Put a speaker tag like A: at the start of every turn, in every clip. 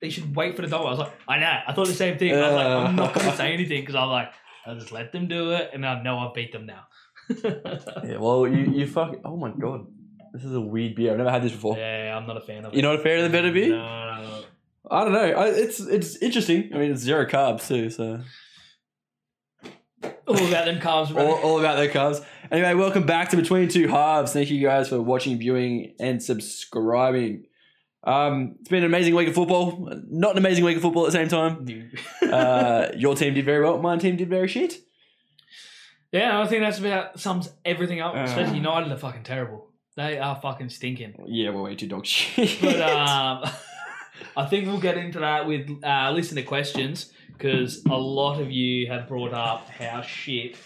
A: they should wait for the dog. I was like, I know. I thought the same thing. I was like, I'm not going to say anything because I'm like, I'll just let them do it, and I know I beat them now.
B: Yeah, well, you, you fuck. Oh my god. This is a weird beer. I've never had this before.
A: yeah, I'm not a fan of
B: You're
A: it.
B: not a fan of the better beer?
A: No, no, no.
B: I don't know. I, it's it's interesting. I mean, it's zero carbs too, so
A: All about them carbs, bro.
B: all, all about their carbs. Anyway, welcome back to Between Two Halves. Thank you guys for watching, viewing, and subscribing. Um, it's been an amazing week of football. Not an amazing week of football at the same time.
A: Dude.
B: Uh, your team did very well. My team did very shit.
A: yeah, I think that's about sums everything up.
B: Uh.
A: Especially United are fucking terrible. They are fucking stinking.
B: Yeah, we're way too dog shit.
A: But um, I think we'll get into that with uh, listener questions because a lot of you have brought up how shit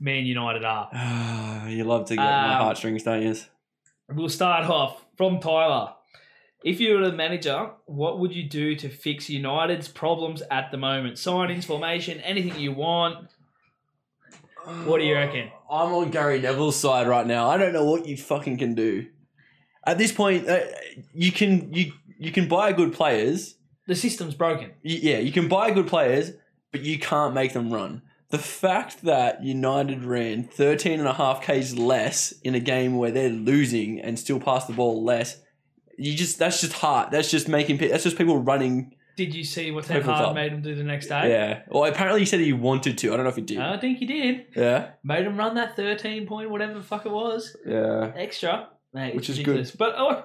A: Man United are.
B: Ah, you love to get my
A: uh, Um,
B: heartstrings, don't you?
A: We'll start off from Tyler. If you were the manager, what would you do to fix United's problems at the moment? Signings, formation, anything you want. What do you reckon?
B: I'm on Gary Neville's side right now. I don't know what you fucking can do. At this point, uh, you can you you can buy good players.
A: The system's broken.
B: Y- yeah, you can buy good players, but you can't make them run. The fact that United ran 13 and a half Ks less in a game where they're losing and still pass the ball less, you just that's just heart. That's just making pe- that's just people running.
A: Did you see what Ten
B: Everything's
A: Hag
B: up.
A: made him do the next day?
B: Yeah. Well, apparently he said he wanted to. I don't know if he did.
A: I don't think he did.
B: Yeah.
A: Made him run that 13 point, whatever the fuck it was.
B: Yeah.
A: Extra. Mate,
B: Which
A: it's
B: is good.
A: ridiculous. But oh,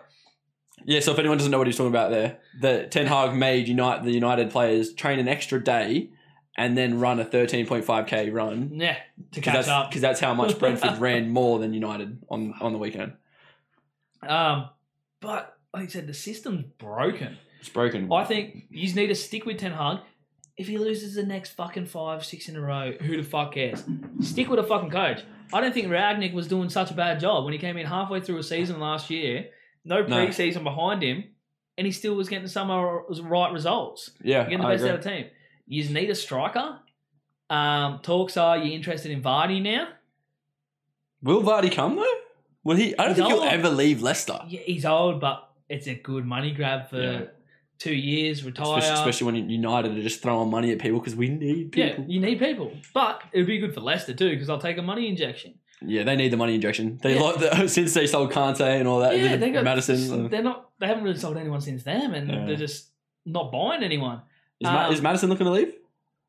B: Yeah, so if anyone doesn't know what he's talking about there, the Ten Hag made Unite the United players train an extra day and then run a 13.5k run.
A: yeah, to
B: Because
A: catch
B: that's,
A: up.
B: 'cause that's how much Brentford ran more than United on, on the weekend.
A: Um, but like I said, the system's broken.
B: It's broken.
A: I think you just need to stick with Ten Hag. If he loses the next fucking five, six in a row, who the fuck cares? Stick with a fucking coach. I don't think Ragnick was doing such a bad job when he came in halfway through a season last year, no
B: No.
A: preseason behind him, and he still was getting some of the right results.
B: yeah,
A: You're getting the
B: I
A: best
B: agree.
A: out of the team. You just need a striker. Um, talks are you interested in Vardy now?
B: Will Vardy come though? Will he? I don't
A: He's
B: think
A: old.
B: he'll ever leave Leicester,
A: Yeah, he's old, but it's a good money grab for
B: Yeah.
A: two years, retire.
B: especially, especially when United are just throwing money at people because we need people.
A: Yeah, you need people. But it would be good for Leicester too, because I'll take a money injection.
B: Yeah, they need the money injection. They
A: Yeah.
B: like the, since they sold Kante and all that,
A: yeah,
B: and
A: they got
B: Uh, Madison.
A: They're not. They haven't really sold anyone since them, and
B: Yeah.
A: they're just not buying anyone.
B: is, Ma-
A: um,
B: is Madison looking to leave?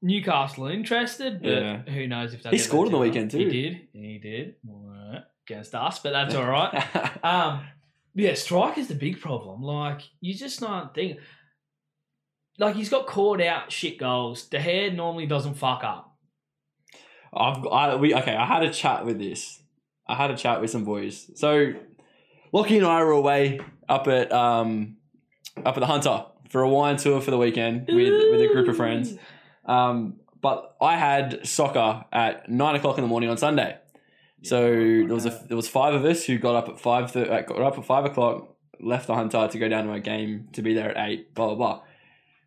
A: Newcastle are interested, but
B: Yeah.
A: who knows if they
B: He scored on the weekend,
A: He
B: too.
A: did. He did Alright. against us, but that's all right. Um, yeah, strike is the big problem. Like you just not think. Like he's got caught out shit goals. De Gea normally doesn't fuck up.
B: I've I, we okay. I had a chat with this. I had a chat with some boys. So, Lockie and I were away up at um up at the Hunter for a wine tour for the weekend with with a group of friends. Um, but I had soccer at nine o'clock in the morning on Sunday. So there was a, there was five of us who got up at five thir- uh, got up at five o'clock, left the hunter to go down to my game to be there at eight. Blah blah blah.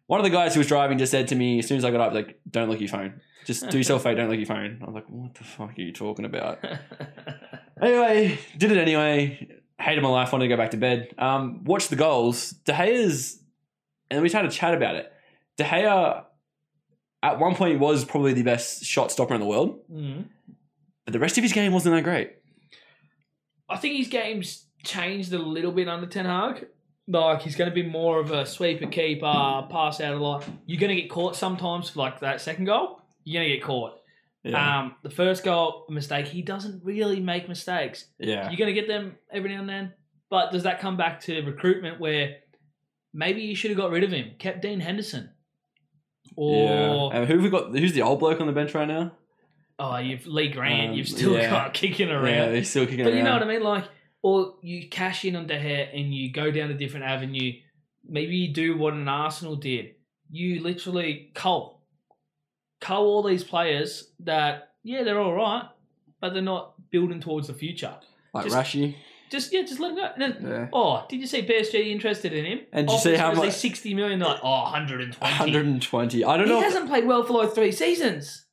B: One of the guys who was driving just said to me as soon as I got up, like, "Don't look at your phone. Just do yourself a favor, Don't look at your phone." I was like, "What the fuck are you talking about?" Anyway, did it anyway. Hated my life. Wanted to go back to bed. Um, watched the goals. De Gea's, and we just had a chat about it. De Gea, at one point, was probably the best shot stopper in the world,
A: Mhm.
B: but the rest of his game wasn't that great.
A: I think his game's changed a little bit under Ten Hag. Like he's going to be more of a sweeper keeper, pass out a lot. You're going to get caught sometimes. for, Like that second goal, you're going to get caught. Um, the first goal mistake, he doesn't really make mistakes.
B: yeah.
A: You're going to get them every now and then. But does that come back to recruitment where maybe you should have got rid of him, kept Dean Henderson? Or,
B: yeah. And who have we got? Who's the old bloke on the bench right now?
A: oh, you've Lee Grant,
B: Um,
A: you've still
B: yeah.
A: got kicking around.
B: Yeah, he's still kicking
A: but you know
B: around.
A: what I mean? Like, or you cash in on De Gea and you go down a different avenue. Maybe you do what an Arsenal did. You literally cull. Cull all these players that, yeah, they're all right, but they're not building towards the future.
B: Like
A: Just-
B: Rashi.
A: Just, yeah, just let them go. And then-
B: Yeah.
A: Oh, did you see PSG interested in him?
B: And did you see
A: Offers
B: how
A: was like
B: much-
A: 60 million, like, oh, 120.
B: 120. I don't
A: He
B: know. If,
A: hasn't played well for like three seasons.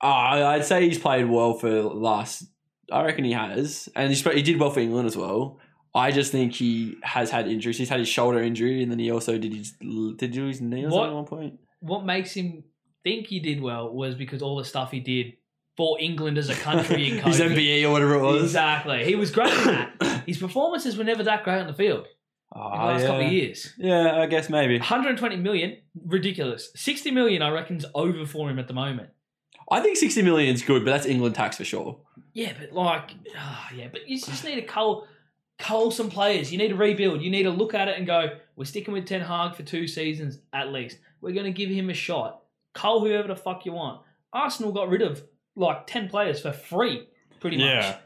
B: Ah, I'd say he's played well for last. I reckon he has, and he's, he did well for England as well. I just think he has had injuries. He's had his shoulder injury, and then he also did his l- did he do his knee or
A: What?
B: something at one point.
A: What makes him think he did well was because all the stuff he did for England as a country in
B: his
A: COVID.
B: MBE or whatever it was.
A: Exactly. He was great at that. His performances were never that great on the field in the
B: Ah,
A: last
B: yeah.
A: couple of years.
B: Yeah, I guess maybe.
A: 120 million, ridiculous. 60 million, I reckon's over for him at the moment.
B: I think sixty million is good, but that's England tax for sure.
A: Yeah, but like, ah, yeah, but you just need to cull, cull some players. You need to rebuild. You need to look at it and go, we're sticking with Ten Hag for two seasons at least. We're going to give him a shot. Cull whoever the fuck you want. Arsenal got rid of like 10 players for free, pretty much.
B: Yeah.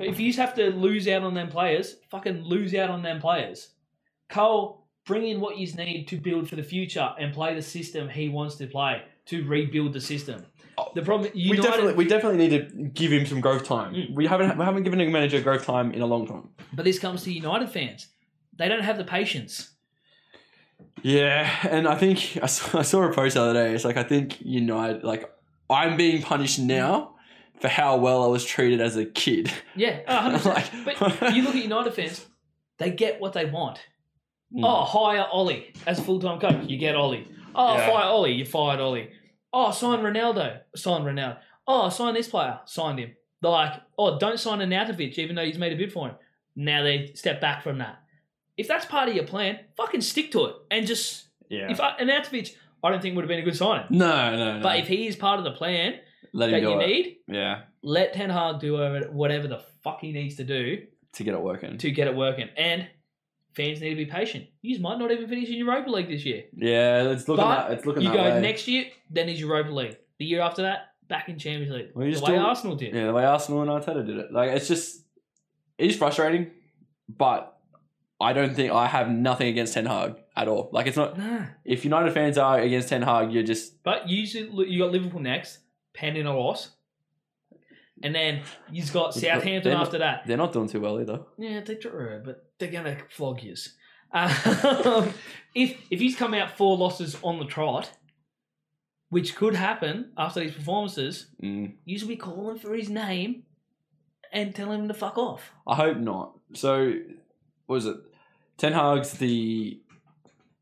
A: If you just have to lose out on them players, fucking lose out on them players. Cole, bring in what you need to build for the future and play the system he wants to play to rebuild the system. The problem,
B: Oh, we
A: United,
B: definitely we definitely need to give him some growth time.
A: Mm.
B: We haven't we haven't given a manager growth time in a long time.
A: but this comes to United fans. They don't have the patience.
B: Yeah, and I think I saw, I saw a post the other day. It's like I think you know, I- like I'm being punished now for how well I was treated as a kid.
A: Yeah, oh, 100%.
B: Like-
A: but you look at United fans, they get what they want.
B: Mm.
A: Oh, hire Ollie as full time coach. You get Ollie. Oh,
B: Yeah.
A: fire Ollie. You fired Ollie. Oh, sign Ronaldo. Sign Ronaldo. Oh, sign this player. Signed him. They're like, oh, don't sign Anatovich, even though he's made a bid for him. Now they step back from that. If that's part of your plan, fucking stick to it. And just,
B: Yeah.
A: if I, Anatovich, I don't think would have been a good signing.
B: no, no, no.
A: But if he is part of the plan
B: let him
A: that
B: do
A: you
B: it.
A: need,
B: yeah,
A: let Ten Hag do whatever- whatever the fuck he needs to do
B: to get it working.
A: to get it working. And fans need to be patient. You might not even finish in Europa League this year.
B: Yeah, it's looking
A: But
B: that. It's looking
A: you
B: that
A: go
B: way.
A: next year, then is Europa League. The year after that, back in Champions League.
B: Well, you
A: the
B: just
A: way
B: don't-
A: Arsenal did.
B: yeah, the way Arsenal and Arteta did it. Like it's just it is frustrating, but I don't think I have nothing against Ten Hag at all. Like it's not
A: Nah.
B: if United fans are against Ten Hag, you're just
A: But usually you got Liverpool next, pending a loss. And then you've got
B: They're not-
A: Southampton after that.
B: they're not doing too well either.
A: Yeah, they drew, but they're gonna flog you. Um, if if he's come out four losses on the trot, which could happen after these performances,
B: Mm.
A: you should be calling for his name and telling him to fuck off.
B: I hope not. So, what was it? Ten Hag's the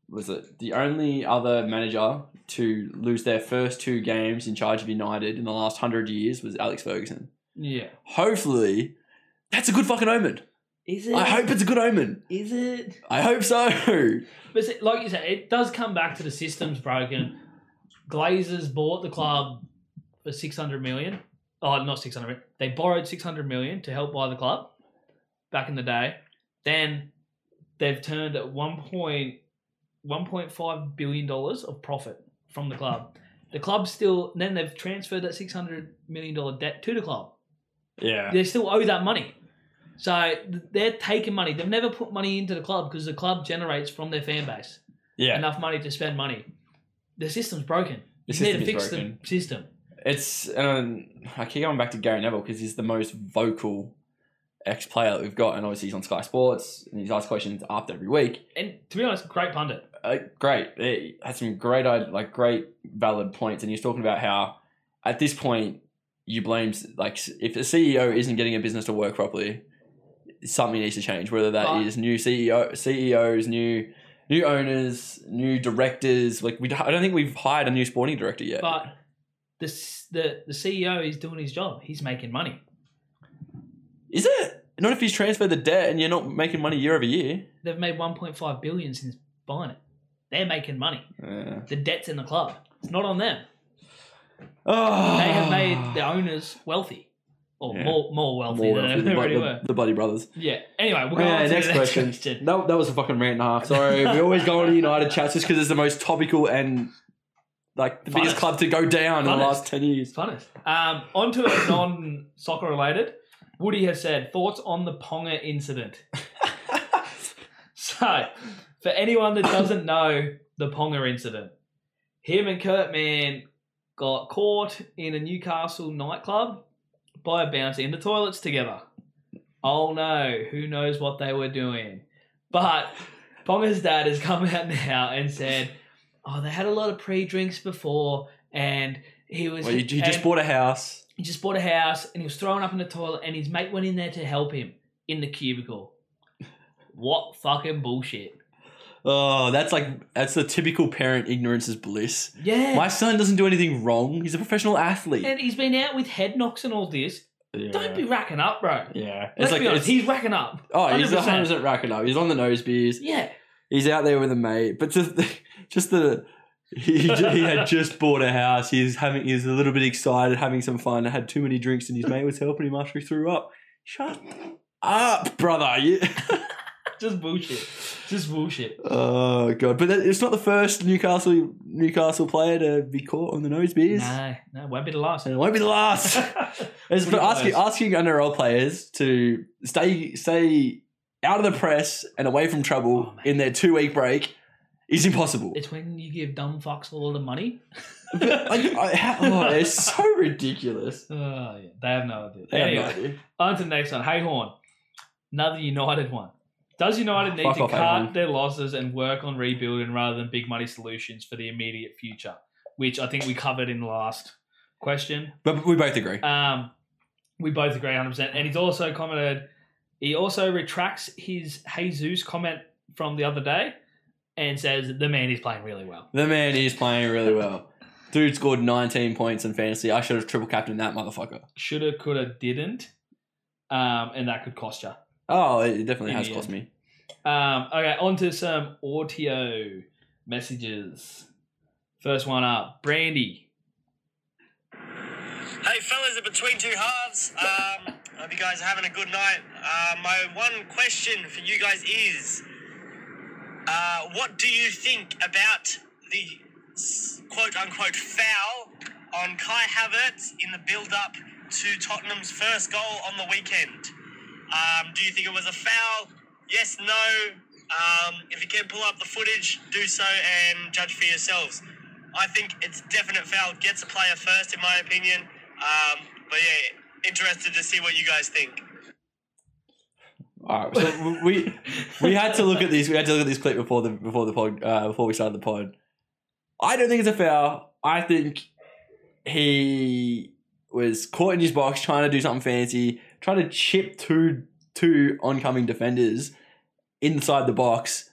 B: was it the only other manager to lose their first two games in charge of United in the last hundred years was Alex Ferguson.
A: Yeah.
B: Hopefully, that's a good fucking omen.
A: Is it?
B: I hope it's a good omen.
A: Is it?
B: I hope so.
A: But see, like you said, it does come back to the system's broken. Glazers bought the club for six hundred million. Oh, not six hundred. They borrowed six hundred million to help buy the club back in the day. Then they've turned at one point one point five billion dollars of profit from the club. The club still. Then they've transferred that six hundred million dollar debt to the club.
B: Yeah.
A: they still owe that money. So th- they're taking money. They've never put money into the club because the club generates from their fan base
B: Yeah.
A: enough money to spend money. The system's broken. you need
B: The
A: to
B: system is
A: fix
B: broken.
A: the system.
B: It's um, I keep going back to Gary Neville because he's the most vocal ex-player that we've got, and obviously he's on Sky Sports and he's asked questions after every week.
A: And to be honest, great pundit.
B: uh, great. It had some great, id- like great, valid points, and he was talking about how at this point you blame s- like s- if the CEO isn't getting a business to work properly, something needs to change. Whether that is
A: But-
B: new E CEO, CEOs, new new owners, new directors. Like we, d- I don't think we've hired a new sporting director yet.
A: But the, s- the the CEO is doing his job. He's making money.
B: is it not if he's transferred the debt and you're not making money year over year?
A: They've made 1.5 billion since buying it. They're making money.
B: Yeah.
A: The debt's in the club. It's not on them.
B: Oh.
A: They have made the owners wealthy, or
B: Ah. Yeah.
A: more more wealthy
B: more
A: than
B: wealthy,
A: they
B: the,
A: already
B: the-
A: were.
B: the Buddy Brothers.
A: Yeah. Anyway, we'll go
B: Yeah,
A: on to
B: next,
A: the next
B: question.
A: question.
B: No, that was a fucking rant and a half. Sorry, we always go on to United chats just because it's the most topical and like the biggest
A: Funnest.
B: club to go down in
A: Funnest.
B: the last ten years.
A: Funnest. Um, on to a non soccer related. Woody has said thoughts on the Ponga incident. So, for anyone that doesn't know the Ponga incident, him and Kurtman got caught in a Newcastle nightclub by a bouncer in the toilets together. Oh no, who knows what they were doing? But Ponga's dad has come out now and said, "Oh, they had a lot of pre-drinks before, and he was
B: Well, you, you
A: and-
B: just bought a house.
A: he just bought a house and he was thrown up in the toilet and his mate went in there to help him in the cubicle. What fucking bullshit.
B: Oh, that's like that's the typical parent ignorance is bliss.
A: Yeah.
B: My son doesn't do anything wrong. He's a professional athlete.
A: and he's been out with head knocks and all this.
B: yeah.
A: Don't be racking up, bro.
B: Yeah,
A: Let's
B: it's like
A: be honest,
B: it's,
A: he's racking up.
B: oh, he's
A: 100%.
B: 100 percent racking up. He's on the nose beers.
A: Yeah.
B: He's out there with a mate, but just just the. He, he ju- he had just bought a house. He's having. He's a little bit excited, having some fun. Had too many drinks, and his mate was helping him after he threw up. Shut up, brother! You-
A: Just bullshit. Just bullshit.
B: oh god! But that, it's not the first Newcastle Newcastle player to be caught on the nose beers,
A: No, no, won't be the last.
B: and it won't be the last. It's
A: Pretty
B: but asking
A: close.
B: asking NRL players to stay stay out of the press and away from trouble
A: Oh, man.
B: in their two week break is impossible.
A: it's when you give dumb fucks all the money.
B: But, like, I- how- oh, it's so ridiculous.
A: Oh, yeah. They have no idea.
B: They have no
A: Anyway,
B: idea.
A: on to the next one. Hey Horn. Another United one. Does United
B: Ah,
A: need
B: fuck
A: to
B: off, Hey
A: cut
B: Horn.
A: their losses and work on rebuilding rather than big money solutions for the immediate future? Which I think we covered in the last question.
B: But we both agree.
A: Um, we both agree 100%. And he's also commented, he also retracts his Jesus comment from the other day and says the man is playing really well.
B: the man is playing really well. Dude scored 19 points in fantasy. I should have triple captained that motherfucker.
A: Shoulda, coulda, didn't. Um, and that could cost you.
B: Oh, it definitely has
A: Yeah.
B: cost me.
A: Um, okay, on to some audio messages. First one up, Brandy.
C: Hey fellas, at between two halves. Um, hope you guys are having a good night. Uh, my one question for you guys is, uh, what do you think about the s- quote-unquote foul on Kai Havertz in the build-up to Tottenham's first goal on the weekend? Um, do you think it was a foul? Yes, no. Um, if you can pull up the footage, do so and judge for yourselves. I think it's definite foul. Gets a player first, in my opinion. Um, but yeah, interested to see what you guys think.
B: All right, so we we had to look at these. We had to look at this clip before the before the pod uh, before we started the pod. I don't think it's a foul. I think he was caught in his box trying to do something fancy, trying to chip two two oncoming defenders inside the box,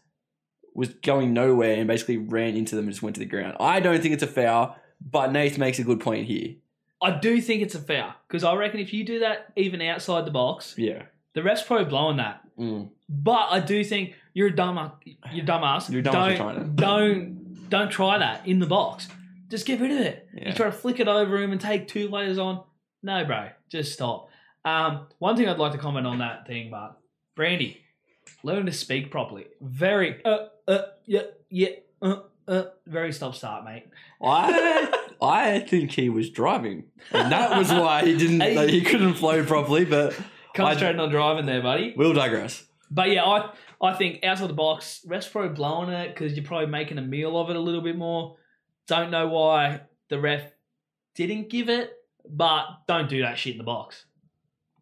B: was going nowhere and basically ran into them and just went to the ground. I don't think it's a foul, but Nate makes a good point here.
A: I do think it's a foul because I reckon if you do that even outside the box,
B: Yeah,
A: the ref's probably blowing that.
B: Mm.
A: But I do think you're a dumb, you're dumbass.
B: You're a dumbass
A: don't,
B: for trying it.
A: Don't don't try that in the box. Just get rid of it.
B: yeah.
A: You try to flick it over him and take two layers on. No, bro, just stop. Um, one thing I'd like to comment on that thing, but Brandy, learn to speak properly. Very uh uh yeah yeah uh uh very stop start, mate.
B: I I think he was driving, and that was why he didn't.
A: Hey.
B: like, he couldn't flow properly. But
A: Concentrating on driving there, buddy.
B: we'll digress.
A: But yeah, I I think outside the box, refs probably blowing it because you're probably making a meal of it a little bit more. Don't know why the ref didn't give it, but don't do that shit in the box.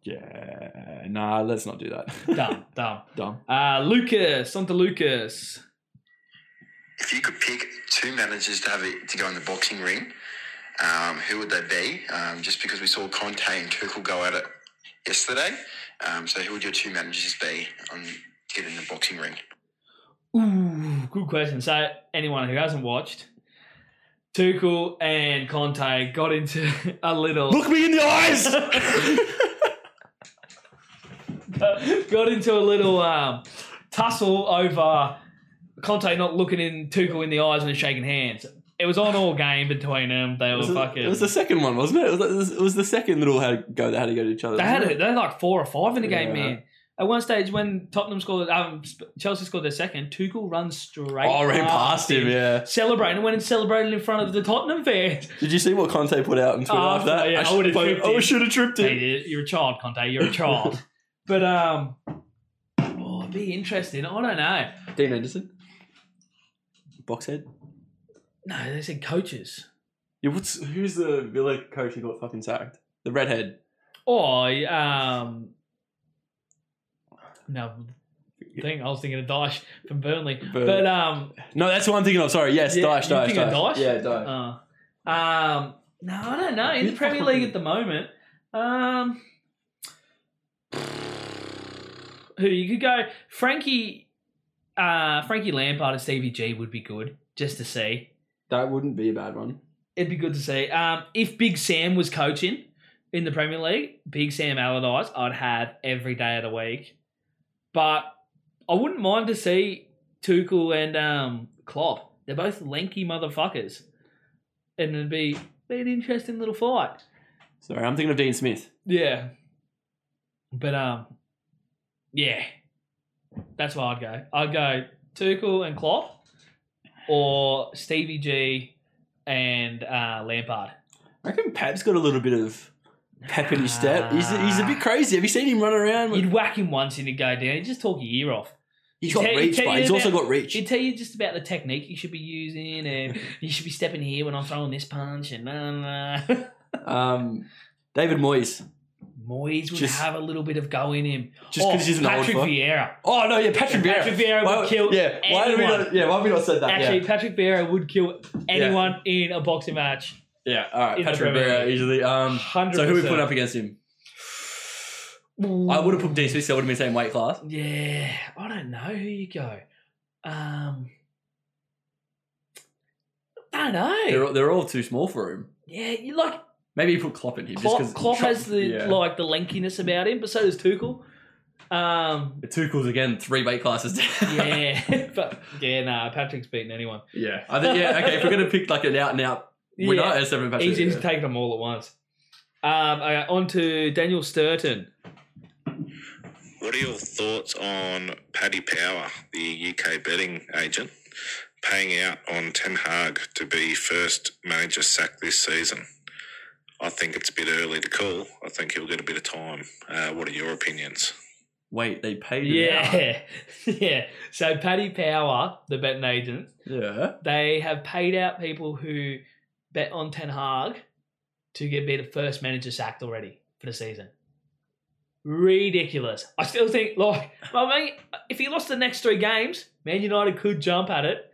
B: Yeah, nah, let's not do that.
A: Dumb, dumb.
B: Dumb.
A: Uh, Lucas, on to Lucas.
D: If you could pick two managers to have it, to go in the boxing ring, um, who would they be? Um, just because we saw Conte and Tuchel go at it yesterday, um, so who would your two managers be on to get in the boxing ring?
A: Ooh, good question. So, anyone who hasn't watched, Tuchel and Conte got into a little
B: Look me in the eyes.
A: got into a little um, tussle over Conte not looking in Tuchel in the eyes and shaking hands. It was on all game between them. They
B: it,
A: were
B: was the,
A: fucking.
B: it was the second one, wasn't it? It was, it was the second little how to go. They had to go to each other.
A: They had it. They had like four or five in the game,
B: Yeah.
A: man. At one stage, when Tottenham scored, um, Sp- Chelsea scored their second, Tuchel runs straight.
B: Oh, I ran past him. Yeah.
A: Celebrating, went and celebrated in front of the Tottenham fans.
B: Did you see what Conte put out on Twitter
A: Oh,
B: after that?
A: yeah, I
B: should-
A: would've tripped
B: I
A: him.
B: should have tripped
A: Hey,
B: him.
A: dude, you're a child, Conte. You're a child. but um, oh, it'd be interesting. I don't know.
B: Dean Anderson. Boxhead.
A: No, they said coaches.
B: Yeah, what's who's the Villa coach who got fucking sacked? The redhead.
A: Or um, no, I think I was thinking of Dyche from Burnley.
B: But-
A: But um,
B: No, that's what I'm thinking of. Sorry, yes,
A: Yeah,
B: Dash,
A: you
B: Dash,
A: thinking of
B: Dash.
A: Dyche?
B: Yeah, Dash.
A: uh, um, no, I don't know. In the
B: Who's
A: Premier
B: fucking-
A: League at the moment, um, who you could go Frankie uh Frankie Lampard as CVG would be good just to see.
B: That wouldn't be a bad one.
A: It'd be good to see. Um if Big Sam was coaching in the Premier League, Big Sam Allardyce, I'd have every day of the week. But I wouldn't mind to see Tuchel and um Klopp. They're both lanky motherfuckers. And it'd be, be an interesting little fight.
B: Sorry, I'm thinking of Dean Smith.
A: Yeah. But um, yeah, that's where I'd go. I'd go Tuchel and Klopp, or Stevie G and uh, Lampard.
B: I reckon Pep's got a little bit of pep in his step. He's, he's a bit crazy. Have you seen him run around?
A: You'd whack him once and Ah. he'd go down. He'd just talk your ear off.
B: he's got
A: He'd tell- he'd
B: reach,
A: tell
B: but
A: you
B: he's also
A: about-
B: got reach.
A: He'd tell you just about the technique you should be using, and you should be stepping here when I'm throwing this punch, and nah, nah. nah.
B: Um, David Moyes.
A: Moyes would
B: Just-
A: have a little bit of go in him.
B: Just because he's an old
A: Oh, Patrick
B: fuck.
A: Vieira.
B: Oh no, yeah, Patrick Vieira.
A: Patrick Vieira would
B: Why-
A: kill
B: Yeah, why have we
A: anyone.
B: not? Yeah, why have we not said that?
A: Actually, Patrick Vieira would kill anyone in a boxing match.
B: yeah, yeah. All right,
A: in the
B: Patrick
A: Premier
B: Vieira
A: League.
B: easily. Um,
A: Hundred.
B: so who we put up against him? I would have put Dean Smith. so I would have been the same weight class.
A: Yeah, I don't know who you go. Um, I don't know.
B: They're all- they're all too small for him.
A: yeah, you like
B: Maybe you put Klopp in here. just
A: Klopp,
B: 'cause-
A: Klopp has the
B: Yeah.
A: like the lankiness about him, but so does Tuchel. Um,
B: The Tuchel's again three weight classes down.
A: yeah, but yeah, nah, Patrick's beating anyone.
B: yeah. I think yeah. Okay, if we're gonna pick like an out and out winner,
A: Yeah.
B: it's Evan Patrick.
A: He's, he's
B: yeah.
A: taking them all at once. Um, okay, on to Daniel Sturton.
D: What are your thoughts on Paddy Power, the UK betting agent, paying out on Ten Hag to be first manager sacked this season? I think it's a bit early to call. I think he'll get a bit of time. Uh, what are your opinions?
B: Wait, they paid. him out.
A: Yeah, yeah. So Paddy Power, the betting agent,
B: Yeah.
A: they have paid out people who bet on Ten Hag to get be the first manager sacked already for the season. Ridiculous. I still think, like, I mean, if he lost the next three games, Man United could jump at it.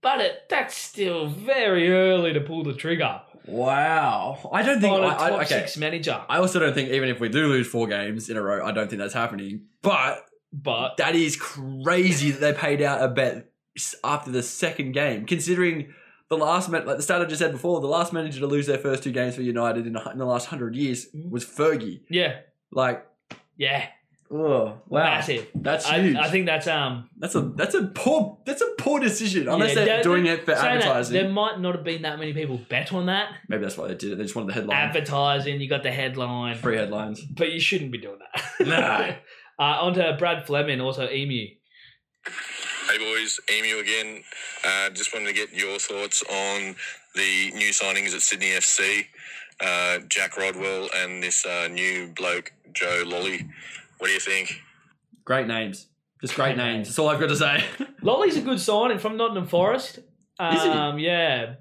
A: But it, that's still very early to pull the trigger
B: Wow. I don't think.
A: on a
B: I,
A: top
B: I, okay.
A: six manager.
B: I also don't think even if we do lose four games in a row, I don't think that's happening. But
A: But
B: that is crazy that they paid out a bet s- after the second game, considering the last man, like the stat I just said before, the last manager to lose their first two games for United in, a hu- in the last hundred years
A: Mhm.
B: was Fergie.
A: yeah,
B: Like,
A: yeah,
B: oh wow,
A: massive.
B: that's
A: I,
B: huge.
A: I think that's um
B: that's a that's a poor that's a poor decision unless
A: Yeah,
B: they're
A: that-
B: doing it for
A: saying that,
B: advertising.
A: there might not have been that many people bet on that.
B: Maybe that's why they did it. They just wanted the headline,
A: Advertising, you got the headline,
B: free headlines.
A: but you shouldn't be doing that.
B: No.
A: uh, on to Brad Fleming, also Emu.
E: Hey boys, Emu again. Uh, just wanted to get your thoughts on the new signings at Sydney FC, uh, Jack Rodwell and this uh, new bloke Joe Lolly. What do you think?
B: Great names, just
A: Great
B: great
A: names.
B: names. That's all I've got to say.
A: Lolly's a good sign and from Nottingham Forest.
B: Is he?
A: Um, Yeah,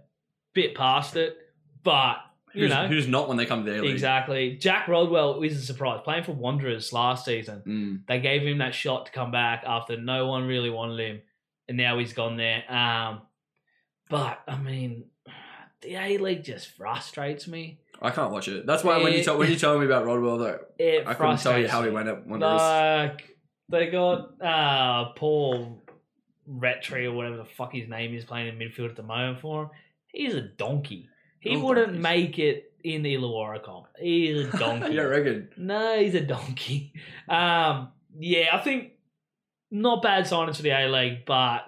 A: bit past it, but you
B: who's,
A: know
B: who's not when they come to their league?
A: exactly. Jack Rodwell is a surprise playing for Wanderers last season.
B: Mm.
A: They gave him that shot to come back after no one really wanted him, and now he's gone there. Um, but I mean, the A League just frustrates me.
B: I can't watch it. That's why when you
A: It-
B: tell when you told me about Rodwell though,
A: It
B: I couldn't
A: frustrates
B: tell you how he
A: me.
B: went up Wanderers.
A: Like they got uh Paul Rattray or whatever the fuck his name is playing in midfield at the moment for him. He's a donkey. He
B: Oh,
A: wouldn't
B: donkeys.
A: make it in the Illawarra comp. He's a donkey.
B: yeah, I reckon.
A: No, he's a donkey. Um, yeah, I think not bad signings for the A League, but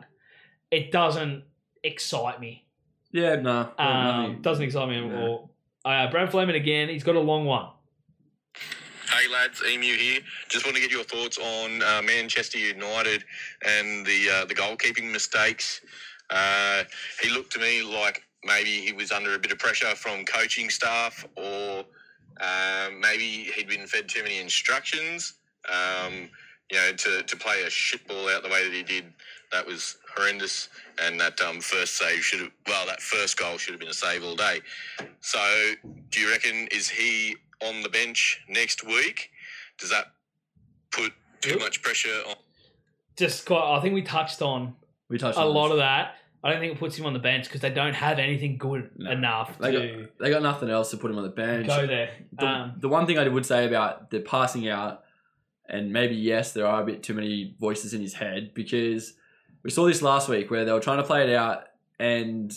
A: it doesn't excite me.
B: Yeah, no.
A: Um, doesn't excite me at
B: No.
A: all. Uh, Brad Fleming again. He's got a long one.
E: Hey lads, Emu here. Just want to get your thoughts on uh, Manchester United and the uh, the goalkeeping mistakes. Uh, he looked to me like maybe he was under a bit of pressure from coaching staff, or um, maybe he'd been fed too many instructions. Um, you know, to, to play a shit ball out the way that he did, that was horrendous. And that um, first save should have, well, that first goal should have been a save all day. So do you reckon is he on the bench next week? Does that put too much pressure on?
A: Just quite. I think we touched on
B: we touched
A: a
B: on
A: lot
B: this.
A: of that. I don't think it puts him on the bench because they don't have anything good
B: No.
A: enough
B: They
A: to
B: They got nothing else to put him on the bench.
A: go there.
B: the,
A: um,
B: the one thing I would say about the passing out And maybe, yes, there are a bit too many voices in his head because we saw this last week where they were trying to play it out. And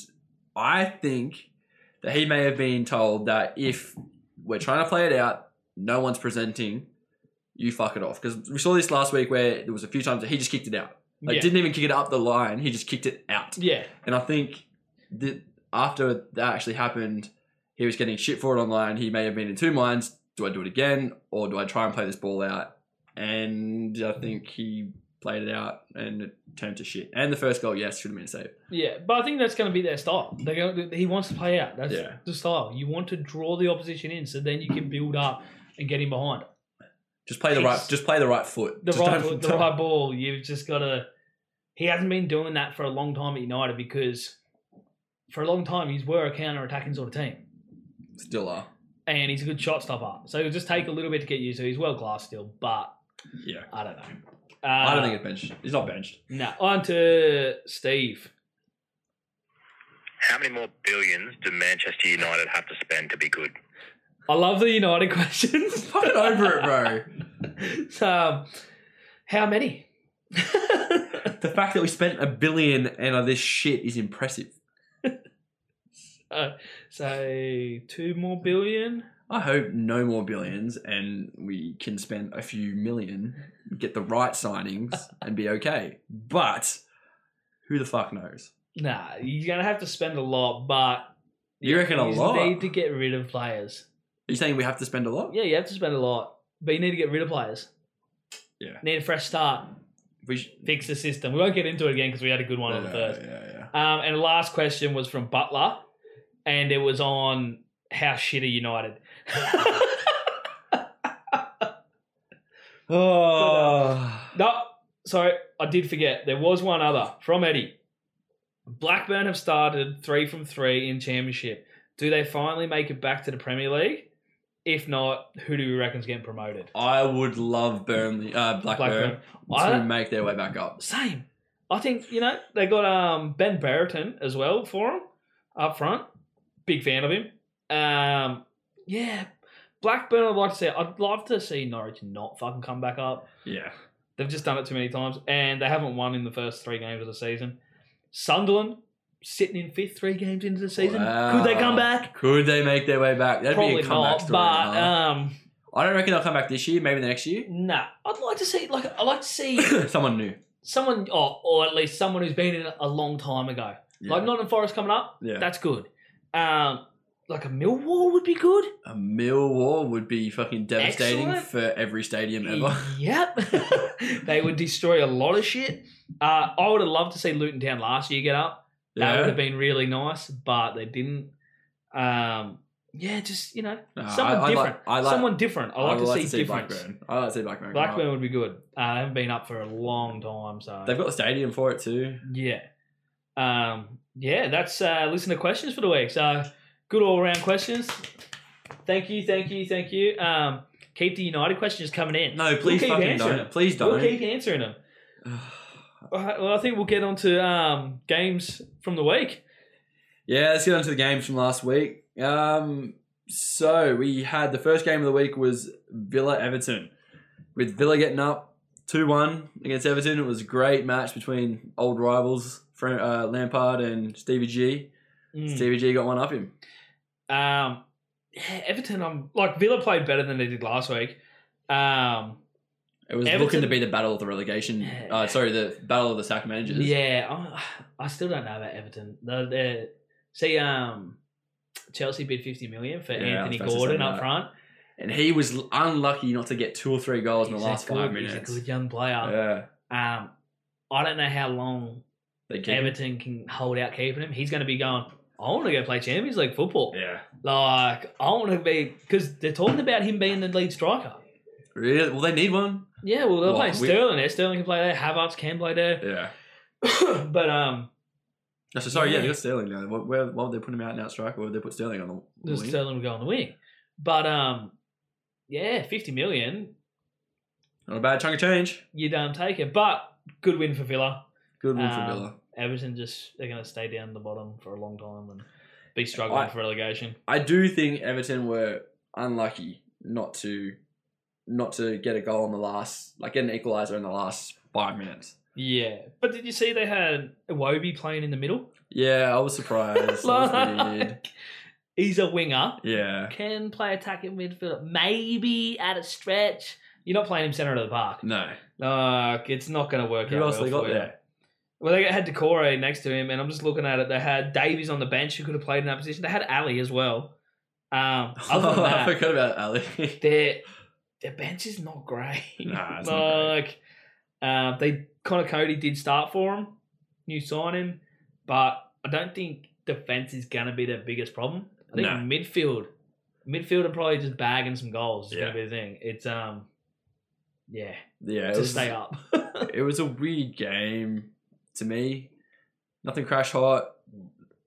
B: I think that he may have been told that if we're trying to play it out, no one's presenting, you fuck it off. Because we saw this last week where there was a few times that he just kicked it out. Like,
A: yeah.
B: didn't even kick it up the line, he just kicked it out.
A: yeah.
B: And I think that after that actually happened, he was getting shit for it online. He may have been in two minds: do I do it again, or do I try and play this ball out? And I think he played it out, and it turned to shit. And the first goal, yes, should have been a save.
A: Yeah, but I think that's going to be their style. They're going to, he wants to play out. That's
B: Yeah.
A: the style. You want to draw the opposition in, so then you can build up and get him behind.
B: Just play the right, just play the right foot.
A: The
B: Just
A: right,
B: don't-
A: the right ball. You've just got to. He hasn't been doing that for a long time at United because, for a long time, he's were a counter-attacking sort of team,
B: Still are.
A: and he's a good shot stopper. So it'll just take a little bit to get used to. He's well classed still, but
B: Yeah.
A: I don't know. Uh,
B: I don't think it's benched. He's not benched.
A: No. On to Steve.
E: How many more billions do Manchester United have to spend to be good?
A: I love the United questions.
B: Put it over it, bro.
A: um, how many?
B: The fact that we spent a billion and are this shit is impressive.
A: so two more billion.
B: I hope no more billions and we can spend a few million, get the right signings, and be okay. But who the fuck knows?
A: Nah, you're gonna have to spend a lot, but
B: You reckon a
A: you
B: lot?
A: need to get rid of players.
B: Are you saying we have to spend a lot?
A: Yeah, you have to spend a lot, but you need to get rid of players.
B: Yeah.
A: Need a fresh start.
B: We sh-
A: Fix the system. We won't get into it again because we had a good one on the
B: Yeah,
A: first.
B: yeah, yeah.
A: Um, and the last question was from Butler, and it was on how shit are United.
B: Oh.
A: No, sorry, I did forget. There was one other from Eddie. Blackburn have started three from three in championship. Do they finally make it back to the Premier League? If not, who do we reckon's getting promoted?
B: I would love Burnley, uh, Blackburn, to
A: I,
B: make their way back up.
A: same. I think you know they got um, Ben Brereton as well for him up front. Big fan of him. Um, yeah, Blackburn. I'd like to say I'd love to see Norwich not fucking come back up.
B: Yeah.
A: They've just done it too many times, and they haven't won in the first three games of the season. Sunderland sitting in fifth, three games into the season. Could they come
B: Wow.
A: back?
B: Could they make their way back? That'd
A: Probably
B: be a comeback
A: not.
B: story.
A: But
B: huh?
A: um,
B: I don't reckon they'll come back this year, maybe the next year.
A: nah, I'd like to see like I'd like to see
B: Someone new.
A: someone, or, or at least someone who's been in it a long time ago.
B: Yeah.
A: Like Nottingham Forest coming up,
B: yeah.
A: that's good. Um, like a Millwall would be good.
B: A mill war would be fucking devastating
A: Excellent.
B: for every stadium ever.
A: Yep. they would destroy a lot of shit. Uh, I would have loved to see Luton Town last year get up. That would have been really nice, but they didn't. Um, yeah, just you know,
B: No,
A: someone
B: Uh, I- I
A: different.
B: Like, I like,
A: someone different. I like, to, see difference.
B: Blackburn. I like to see Blackburn. come up.
A: Blackburn would be good. Uh, they haven't been up for a long time, so
B: They've got the stadium for it too.
A: yeah, um, yeah. That's uh, listener questions for the week. So good all round questions. Thank you, thank you, thank you. Um, keep the United questions coming in.
B: No, please
A: keep
B: fucking
A: answering
B: don't.
A: them.
B: Please
A: We'll
B: don't.
A: keep answering them. All right, well, I think we'll get on to um, games from the week.
B: yeah, let's get on to the games from last week. Um, so we had the first game of the week was Villa Everton, with Villa getting up two one against Everton. It was a great match between old rivals, Fran- uh, Lampard and Stevie G.
A: Mm.
B: Stevie G got one up him.
A: Um, yeah, Everton, I'm like Villa played better than they did last week. Um,
B: It was
A: Everton-
B: looking to be the battle of the relegation. Uh, sorry, the battle of the sack managers.
A: yeah, I'm, I still don't know about Everton. They're, they're- see, um, Chelsea bid fifty million for
B: Yeah, I
A: Anthony
B: was about to
A: Gordon
B: say
A: up
B: that.
A: front.
B: and he was l- unlucky not to get two or three goals in the
A: He's a
B: last
A: good-
B: five
A: He's
B: minutes.
A: a good young player.
B: Yeah,
A: Um, I don't know how long
B: they keep him.
A: Everton can hold out keeping him. He's going to be going. I want to go play Champions League football.
B: Yeah,
A: Like I want to be because they're talking about him being the lead striker.
B: really. Well, they need one.
A: Yeah, well, they're
B: Well,
A: playing
B: we-
A: Sterling there. Sterling can play there. Havertz can play there.
B: Yeah.
A: but um,
B: No, so sorry. Yeah,
A: Yeah.
B: they got Sterling now. Why- Where, why would they put him out now, striker? Why would they put Sterling on the on the
A: the
B: wing?
A: Sterling would go on the wing. But um, yeah, fifty million,
B: Not a bad chunk of change.
A: you'd um take it. But good win for Villa.
B: Good win
A: Um,
B: for Villa.
A: Everton just they're going to stay down the bottom for a long time and be struggling
B: I-
A: for relegation.
B: I do think Everton were unlucky not to not to get a goal in the last, like get an equaliser in the last five minutes.
A: Yeah. But did you see they had Iwobi playing in the middle?
B: Yeah, I was surprised. that was weird.
A: Like, he's a winger.
B: Yeah.
A: Can play attacking midfielder. Maybe at a stretch. You're not playing him centre of the park.
B: No.
A: Like, it's not going to work
B: Who
A: out.
B: else
A: well
B: they got
A: for you.
B: there?
A: Well, they had Decore next to him, and I'm just looking at it. They had Davies on the bench who could have played in that position. They had Ali as well. Um, other than
B: I
A: that,
B: forgot about Ali.
A: their their bench is not great.
B: Nah, it's not great.
A: like uh, they Connor Cody did start for him, new signing, but I don't think defense is gonna be their biggest problem. I think
B: No.
A: midfield, midfield are probably just bagging some goals. Is
B: Yeah.
A: gonna be the thing. It's um, yeah,
B: Yeah, it
A: to
B: was,
A: stay up.
B: it was a weird game to me. Nothing crash hot.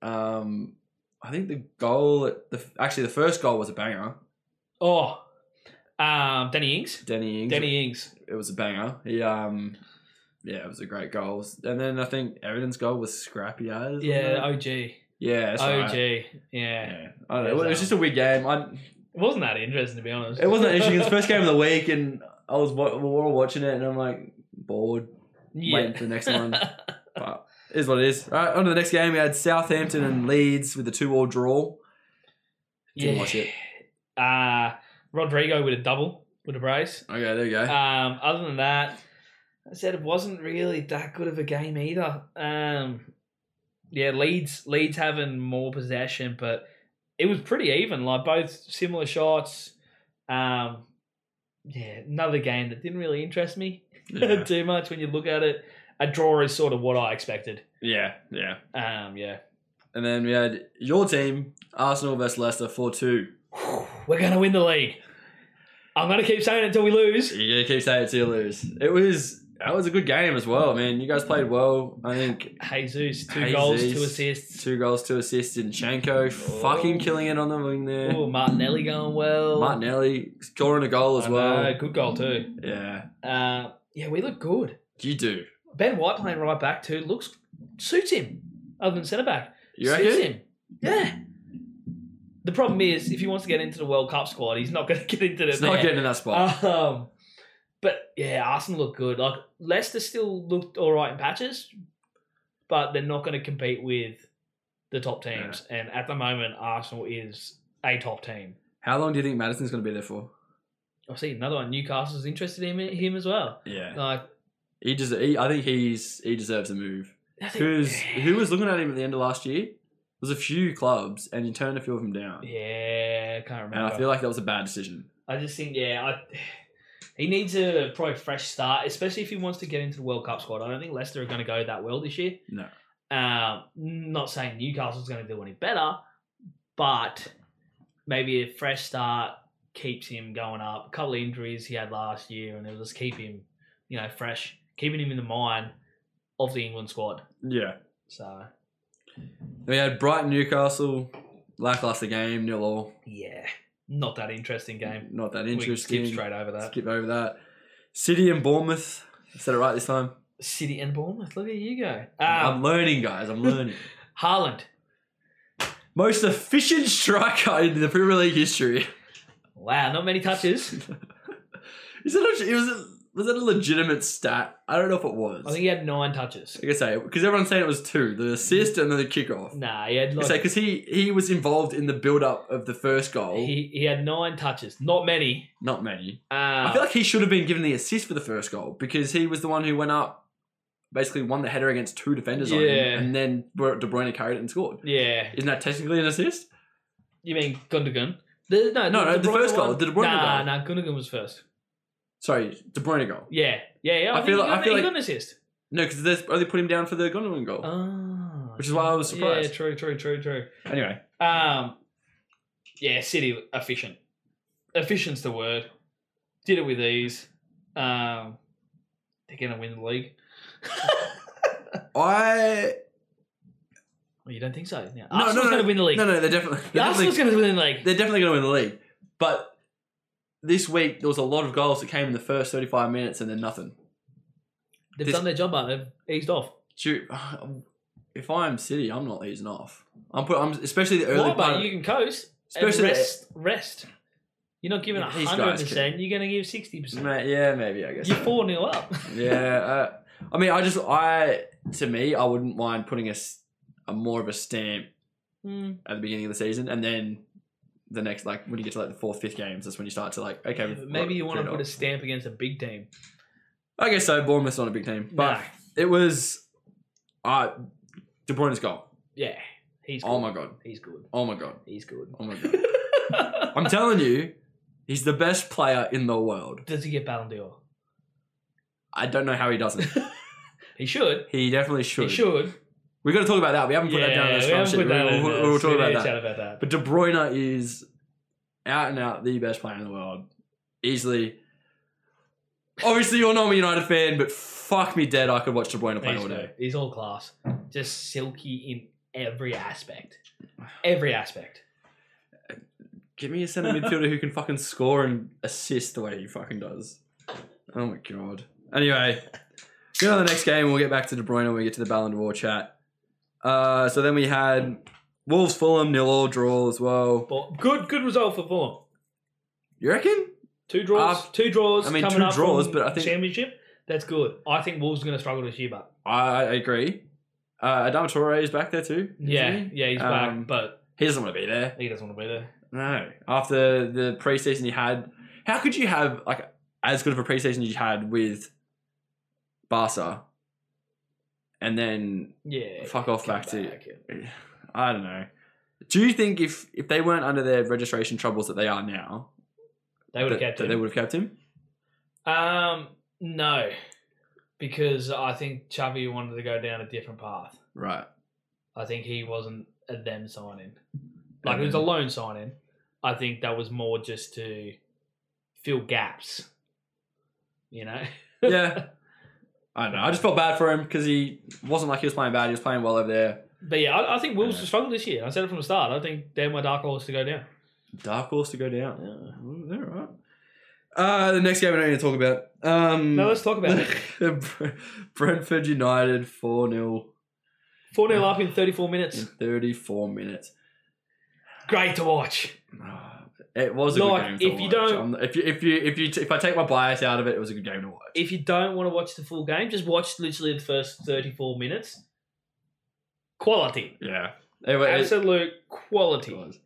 B: Um, I think the goal, at the actually the first goal was a banger.
A: oh, um, Danny Ings,
B: Denny Ings.
A: Danny Ings.
B: it was a banger. He um, yeah, it was a great goal. And then I think Everton's goal was scrappy as. wasn't
A: Yeah,
B: it?
A: OG.
B: yeah, that's right.
A: OG. Yeah.
B: Yeah. I don't know. It was just a weird game. I,
A: It wasn't that interesting, to be honest.
B: it wasn't interesting. It was the first game of the week, and I was wa- we were all watching it, and I'm like bored, waiting for the next one. But it is what it is. All right, on to the next game. We had Southampton and Leeds with a two-all draw. Didn't watch it.
A: Uh, Rodrigo with a double, with a brace.
B: Okay, there you go.
A: Um, other than that, I said it wasn't really that good of a game either. Um, yeah, Leeds Leeds having more possession, but it was pretty even. Like both similar shots. Um, yeah, another game that didn't really interest me
B: yeah.
A: too much when you look at it. A draw is sort of what I expected.
B: yeah, yeah.
A: Um, yeah.
B: And then we had your team, Arsenal versus Leicester, four-two.
A: We're gonna win the league. I'm gonna keep saying it until we lose.
B: You gotta keep saying it till you lose. It was that was a good game as well, man. You guys played well. I think
A: Jesus, two goals, two
B: Jesus.
A: assists.
B: two goals, two assists, and Shanko fucking killing it on the wing there.
A: Oh, Martinelli going well.
B: Martinelli scoring a goal as
A: I
B: well.
A: know, good goal too.
B: Yeah,
A: Uh, yeah, we look good.
B: you do.
A: Ben White playing right back too looks suits him. Other than centre back,
B: You
A: suits
B: reckon?
A: him. Yeah. The problem is, if he wants to get into the World Cup squad, he's not going to get into the.
B: It's not
A: there.
B: getting in that spot.
A: Um, but yeah, Arsenal look good. Like Leicester still looked all right in patches, but they're not going to compete with the top teams. And at the moment, Arsenal is a top team.
B: How long do you think Madison's going to be there for?
A: I've seen another one. Newcastle's interested in him, him as well.
B: Yeah,
A: Like,
B: he just. He, I think he's he deserves a move
A: I think-
B: because who was looking at him at the end of last year? There was a few clubs, and you turned a few of them down.
A: Yeah, I can't remember.
B: And I feel like that was a bad decision.
A: I just think, yeah, I, he needs a probably fresh start, especially if he wants to get into the World Cup squad. I don't think Leicester are going to go that well this year.
B: No.
A: Um, not saying Newcastle's going to do any better, but maybe a fresh start keeps him going up. A couple of injuries he had last year, and it'll just keep him, you know, fresh, keeping him in the mind of the England squad.
B: Yeah.
A: So,
B: We had Brighton Newcastle, lackluster game, nil all.
A: yeah, not that interesting game.
B: Not that
A: We can
B: interesting.
A: skip straight over that.
B: Skip over that. City and Bournemouth. I said it right this time.
A: City and Bournemouth. Look at you go.
B: I'm
A: Um,
B: learning, guys. I'm learning.
A: Haaland.
B: Most efficient striker in the Premier League history.
A: Wow, not many touches.
B: Is that a, it was a, was that a legitimate stat? I don't know if it was.
A: I think he had nine touches.
B: like I say, because everyone's saying it was two: the assist and then the kickoff.
A: Nah, he had
B: Like I say,
A: like,
B: because he he was involved in the build up of the first goal.
A: he, he had nine touches. Not many.
B: Not many.
A: Uh,
B: I feel like he should have been given the assist for the first goal because he was the one who went up, basically won the header against two defenders on
A: Yeah.
B: him, and then De Bruyne carried it and scored.
A: yeah.
B: Isn't that technically an assist?
A: You mean Gundogan? The, no,
B: No, no, the
A: Bruyne
B: first goal,
A: one-
B: the De Bruyne
A: nah,
B: goal.
A: Nah, Gundogan was first.
B: Sorry, De Bruyne goal.
A: Yeah, yeah, yeah. I, feel like, I feel he got an assist.
B: No, because they only put him down for the Gondwan goal.
A: Oh,
B: Which is why I was surprised.
A: Yeah, true, true, true, true.
B: anyway,
A: Um, yeah, City efficient. Efficient's the word. Did it with ease. Um, they're gonna win the league.
B: I
A: Well, Oh, you don't think so? Yeah.
B: no,
A: Arsenal's
B: no,
A: gonna win the league.
B: no, no, they're definitely they're
A: Arsenal's
B: definitely,
A: gonna win the league.
B: they're definitely going to win the league. But this week there was a lot of goals that came in the first thirty-five minutes and then nothing.
A: They've
B: This-
A: done their job, but they've eased off.
B: Shoot, um, if I'm City, I'm not easing off. I'm put. I'm especially the early
A: Why,
B: part.
A: mate? You can coast.
B: especially
A: and rest, rest. You're not giving
B: Yeah, these
A: hundred
B: guys
A: percent. You're going to give sixty percent.
B: e, Ma- yeah, maybe I guess.
A: You're four 0 up.
B: yeah, uh, I mean, I just I to me, I wouldn't mind putting a, s- a more of a stamp
A: Mm.
B: at the beginning of the season, and then the next like when you get to like the fourth, fifth games, that's when you start to like okay. we've
A: Maybe
B: got
A: you want to
B: three
A: put a
B: dollars.
A: stamp against a big team.
B: I guess so. Bournemouth's not a big team, but
A: No.
B: it was, uh, De Bruyne's goal.
A: Yeah, he's. Good.
B: Oh my god.
A: He's good.
B: Oh my god.
A: He's good.
B: Oh my god. I'm telling you, he's the best player in the world.
A: Does he get Ballon d'Or?
B: I don't know how he doesn't.
A: He should.
B: He definitely should.
A: He should.
B: We got to talk about that. We haven't put that down in the
A: we haven't
B: spreadsheet.
A: put that in
B: We'll,
A: there.
B: we'll, we'll
A: So
B: talk
A: we
B: about
A: need to
B: that.
A: chat about that.
B: But De Bruyne is out and out the best player in the world, easily. Obviously, you're not a United fan, but fuck me dead, I could watch De Bruyne play
A: he's,
B: all day.
A: good. He's all class. Just silky in every aspect. Every aspect.
B: Give me a centre midfielder who can fucking score and assist the way he fucking does. Oh my god. Anyway, get on the next game. We'll get back to De Bruyne when we get to the Ballon d'Or chat. Uh, so then we had Wolves Fulham nil all draw as well.
A: But good, good result for Fulham.
B: You reckon?
A: Two draws.
B: Uh,
A: two draws.
B: I mean,
A: coming
B: two
A: up
B: draws,
A: from
B: but I think-
A: championship. That's good. I think Wolves are going to struggle this year, but
B: I, I agree. Uh, Adama Torre is back there too. isn't
A: yeah,
B: he?
A: yeah, he's
B: Um,
A: back, but
B: he doesn't want to be there.
A: he doesn't want to be there.
B: No, after the preseason you had, how could you have like as good of a preseason you had with Barca, and then
A: Yeah,
B: fuck off
A: come
B: back, to
A: back, yeah.
B: I don't know. Do you think if if they weren't under their registration troubles that they are now,
A: They would have
B: that,
A: kept
B: that
A: him.
B: they would have kept him?
A: Um, no, because I think Chubby wanted to go down a different path.
B: Right.
A: I think he wasn't a them signing. Like
B: And
A: it was a
B: then-
A: loan signing. I think that was more just to fill gaps. You know?
B: yeah. I don't know. I just felt bad for him because he wasn't like he was playing bad. He was playing well over there.
A: But yeah, I, I think Wolves
B: Yeah.
A: will struggle this year. I said it from the start. I think they're my dark horse to go down.
B: Dark horse to go down. Ooh, They're all right. Uh, the next game I don't need to talk about. Um,
A: No, let's talk about it.
B: Brentford United 4 0
A: 4 0 up in 34 minutes.
B: in 34 minutes.
A: Great to watch.
B: Ah, It was a
A: Like,
B: good game. To
A: if you
B: watch.
A: don't-
B: I'm- if you if you if you if I take my bias out of it, it was a good game to watch.
A: If you don't want to watch the full game, just watch literally the first 34 minutes. Quality.
B: yeah, anyway, it,
A: Absolute
B: it
A: quality.
B: was.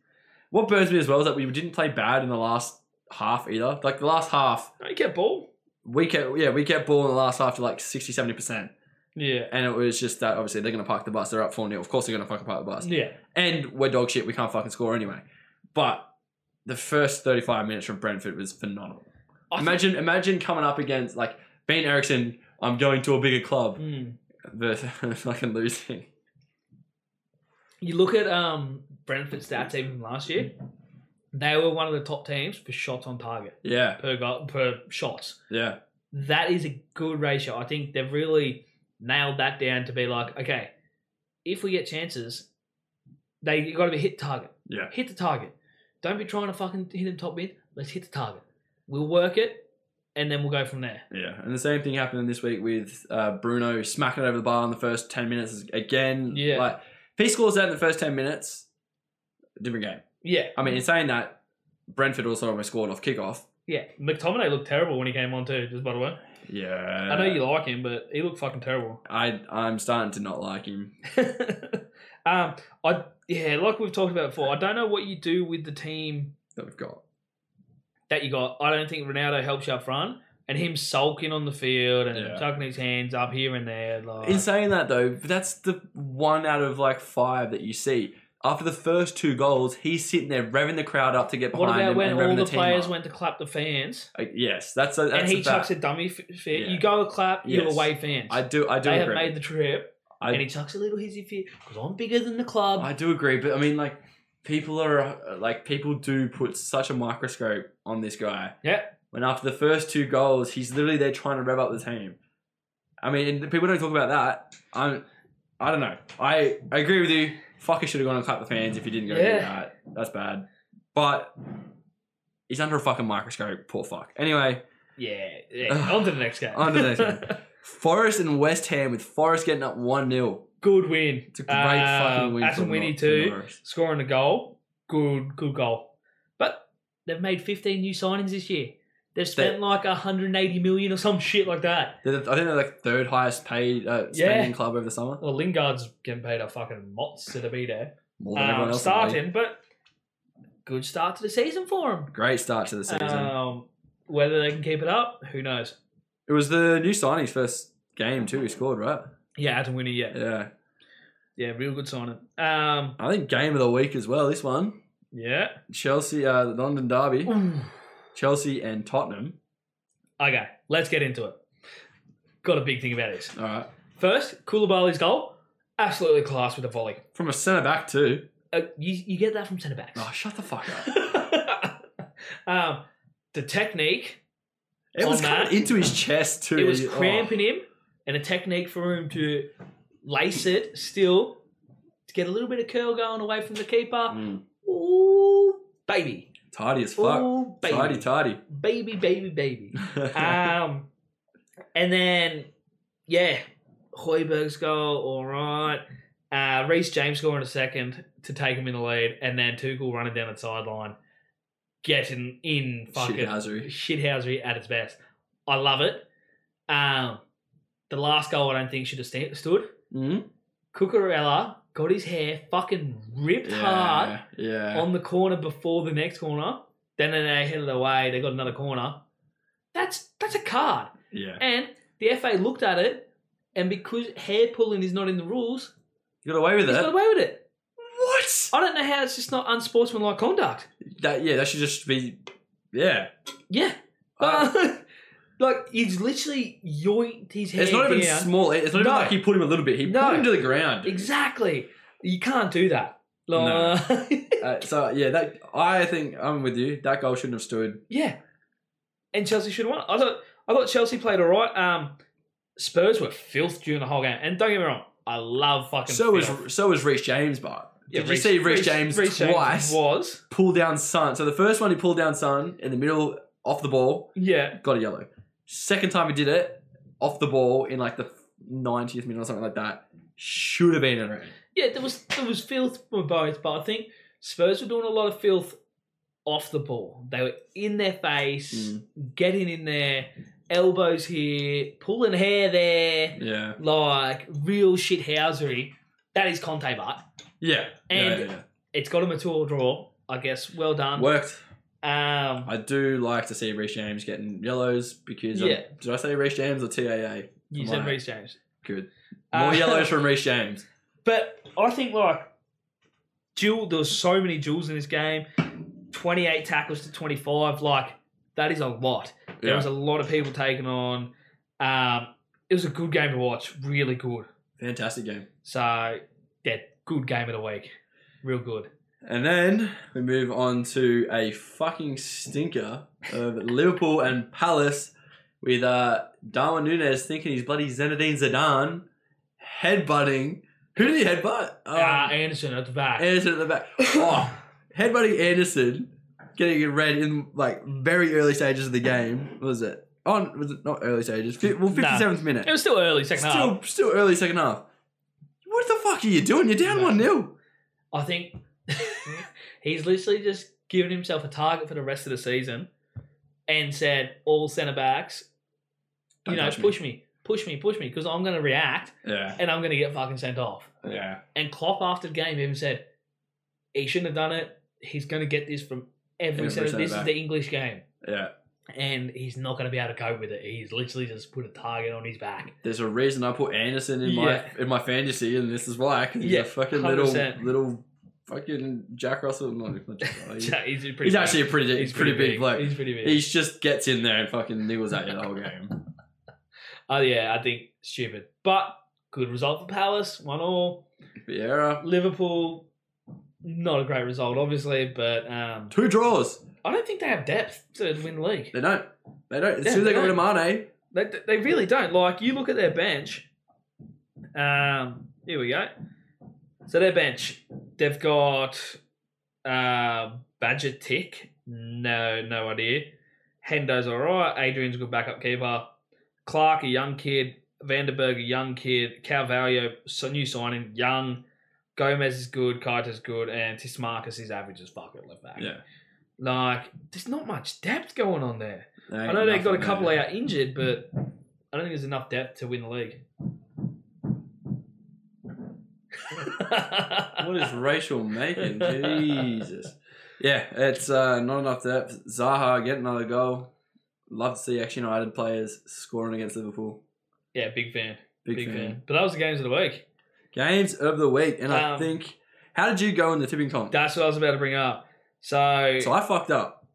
B: What burns me as well is that we didn't play bad in the last half either. Like the last half,
A: Don't get ball.
B: we kept yeah we kept ball in the last half to like 60 70 percent,
A: Yeah.
B: and it was just that obviously they're gonna park the bus. They're up four 0 Of course they're gonna fucking park the bus.
A: Yeah.
B: and we're dog shit. We can't fucking score anyway. But the first 35 minutes from Brentford was phenomenal.
A: I think-
B: imagine, imagine coming up against like Ben Eriksson. I'm going to a bigger club
A: Mm.
B: versus fucking losing.
A: You look at um Brentford stats even from last year. They were one of the top teams for shots on target
B: Yeah,
A: per goal, per shots.
B: yeah,
A: That is a good ratio. I think they've really nailed that down to be like, okay, if we get chances, they you got to be hit target.
B: Yeah.
A: hit the target. Don't be trying to fucking hit them top mid. Let's hit the target. We'll work it, and then we'll go from there.
B: yeah. And the same thing happened this week with uh, Bruno smacking it over the bar in the first 10 minutes again.
A: Yeah.
B: like if he scores that in the first 10 minutes, different game.
A: Yeah,
B: I mean, in saying that, Brentford also almost scored off kickoff.
A: yeah. McTominay looked terrible when he came on too. Just by the way,
B: Yeah,
A: I know you like him, but he looked fucking terrible.
B: I I'm starting to not like him.
A: um, I yeah, like we've talked about before, I don't know what you do with the team
B: that we've got.
A: that you got. I don't think Ronaldo helps you up front, and him sulking on the field and
B: Yeah.
A: tucking his hands up here and there. Like,
B: In saying that though, that's the one out of like five that you see. After the first two goals, he's sitting there revving the crowd up to get behind
A: what about
B: him
A: when
B: and
A: all
B: revving
A: the,
B: the, team
A: players
B: up.
A: went to clap the fans
B: Uh, yes, that's a, that's
A: and he
B: a fact.
A: chucks a dummy f- fit?
B: Yeah.
A: You go to clap, you're
B: Yes.
A: away fans.
B: I do I do
A: they have
B: agree.
A: made the trip,
B: I,
A: and he chucks a little hissy fit because I'm bigger than the club.
B: I do agree, but I mean like people are uh, like people do put such a microscope on this guy.
A: Yeah.
B: When after the first two goals, he's literally there trying to rev up the team. I mean, and people don't talk about that. I'm, I don't know. I, I agree with you. Fucker should have gone and clapped the fans if he didn't go do
A: Yeah.
B: that. That's bad. But he's under a fucking microscope. Poor fuck. Anyway,
A: yeah, yeah. on to the next game.
B: On to the next game. Forest and West Ham with Forest getting up 1 0.
A: Good win.
B: It's a great
A: Uh,
B: fucking win.
A: Aston
B: for Nor-
A: Winnie
B: for
A: too.
B: Norris.
A: scoring a goal, good good goal. But They've made 15 new signings this year. They've spent like 180 million or some shit like that.
B: They're the- I think they're like third highest paid uh, spending
A: Yeah.
B: club over the summer.
A: Well, Lingard's getting paid a fucking monster to be there.
B: More than everyone
A: Um,
B: else. in the league.
A: starting, but good start to the season for him.
B: Great start to the season.
A: Um, whether they can keep it up, who knows?
B: it was the new signing's first game too. He scored, right?
A: Yeah, Adam Winnie, yeah. yeah.
B: Yeah.
A: real good signing. Um,
B: I think game of the week as well. This one,
A: yeah.
B: Chelsea, uh, the London derby,
A: Ooh.
B: Chelsea and Tottenham.
A: Okay, let's get into it. Got a big thing about this.
B: All right,
A: First, Koulibaly's goal, absolutely class with a volley.
B: from a centre back too.
A: Uh, you, you get that from centre backs.
B: Oh, shut the fuck up.
A: um, the technique,
B: It was
A: On
B: coming
A: that.
B: into his chest too.
A: it was
B: He- oh.
A: cramping him, and a technique for him to lace it still to get a little bit of curl going away from the keeper.
B: Mm,
A: Ooh, baby.
B: tidy as fuck.
A: Ooh, baby.
B: Tidy, tidy.
A: baby, baby, baby. um, and then, yeah, Hoiberg's goal, all right. Uh, Reese James scoring a second to take him in the lead, and then Tuchel running down the sideline, getting in fucking
B: Shithousery.
A: shithousery at its best. I love it. Um, the last goal I don't think should have sta- stood.
B: Mm?
A: Cucurella got his hair fucking ripped hard
B: Yeah. Yeah.
A: on the corner before the next corner. Then they headed away. They got another corner. That's that's a card.
B: Yeah.
A: And the FA looked at it, and because hair pulling is not in the rules,
B: You got away with
A: he's got
B: that.
A: away with it.
B: What?
A: I don't know how it's just not unsportsmanlike conduct.
B: That yeah. That should just be. Yeah.
A: Yeah,
B: Uh,
A: like he's literally yoinked his hair.
B: it's not even
A: down.
B: small. It's not even
A: Oh, No.
B: like he put him a little bit. He
A: No.
B: put him to the ground. dude.
A: exactly. You can't do that.
B: No.
A: Like-
B: Uh, so yeah, that I think I'm with you. That goal shouldn't have stood.
A: Yeah. And Chelsea should have won. I thought I thought Chelsea played all right. Um, Spurs were filth during the whole game. And don't get me wrong, I love fucking.
B: So was
A: filth.
B: so was Reece James, but
A: Yeah,
B: did
A: Reece-
B: you see Reece,
A: Reece-
B: James
A: Reece
B: twice
A: was
B: pull down Sun? So the first one he pulled down Sun in the middle off the ball,
A: yeah
B: got a yellow. Second time he did it off the ball in like the 90th minute or something like that, should have been a red.
A: yeah there was there was filth from both, but I think Spurs were doing a lot of filth off the ball. They were in their face,
B: Mm.
A: getting in there, elbows here, pulling hair there,
B: Yeah,
A: like real shithousery. That is Conte, but
B: yeah,
A: And-
B: yeah,
A: it's got him a two-all draw. I guess. Well
B: yeah.
A: done.
B: worked.
A: Um,
B: I do like to see Reece James getting yellows because
A: Yeah.
B: I'm, did I say Reece James or TAA?
A: You
B: I'm
A: said
B: like-
A: Reece James.
B: Good.
A: Uh,
B: More yellows from Reece James.
A: But I think like duel there was so many duels in this game. Twenty eight tackles to twenty five, like that is a lot. There
B: Yeah.
A: was a lot of people taken on. Um, it was a good game to watch, really good.
B: Fantastic game.
A: So yeah, good game of the week. Real good.
B: And then we move on to a fucking stinker of Liverpool and Palace with uh, Darwin Nunes thinking he's bloody Zinedine Zidane, headbutting. Who did he headbutt? Um,
A: Ah, Anderson at the back.
B: Anderson at the back. Oh, headbutting Anderson, getting it red in like very early stages of the game. What was it? On was it not early stages? Fi- Well, fifty seventh minute.
A: it was still early second half.
B: Still, still early second half. What the fuck are you doing? You're down
A: No.
B: one 0
A: I think
B: Hmm?
A: he's literally just given himself a target for the rest of the season and said, all centre backs, you know, push me. push me, push me, because I'm going to react
B: Yeah,
A: and I'm going to get fucking sent off.
B: yeah.
A: And Klopp after the game even said, he shouldn't have done it. He's going to get this from every,
B: Every
A: centre.
B: centre
A: This is
B: back.
A: the English game.
B: Yeah.
A: And he's not going to be able to cope with it. He's literally just put a target on his back.
B: There's a reason I put Anderson in
A: Yeah.
B: my in my fantasy, and this is why. 'cause he's
A: Yeah,
B: a fucking
A: 100%.
B: little little fucking Jack Russell. No, not Jack Russell. He's,
A: So he's a pretty
B: he's
A: big-
B: actually a pretty
A: he's
B: pretty, big, bloke.
A: He's pretty big.
B: He just gets in there and fucking niggles at you the whole game.
A: oh, yeah, I think stupid. But good result for Palace, one all.
B: Vieira,
A: Liverpool, not a great result, obviously, but um,
B: two draws.
A: I don't think they have depth to win the league.
B: They don't. They don't. As
A: Yeah,
B: soon as they
A: they
B: got rid of Mane,
A: They, they really don't. Like, you look at their bench. Um, here we go. So, their bench, they've got uh, Badger Tick. No, no idea. Hendo's all right. Adrian's a good backup keeper. Clark, a young kid. Vanderberg, a young kid. Calvalio, so new signing, young. Gomez is good. Kaita's good. And Tismarcus is average as fuck at left back.
B: yeah,
A: Like, there's not much depth going on there.
B: There
A: I
B: ain't
A: know they got a
B: nothing
A: couple
B: there.
A: out injured, but I don't think there's enough depth to win the league.
B: What is Rachel making? Jesus. Yeah, it's uh, not enough depth. Zaha get another goal. Love to see action United players scoring against Liverpool.
A: yeah, big fan,
B: Big,
A: big
B: fan.
A: fan. But that was the games of the week.
B: Games of the week, and I
A: Um,
B: think how did you go in the tipping comp?
A: That's what I was about to bring up. So,
B: so I fucked up.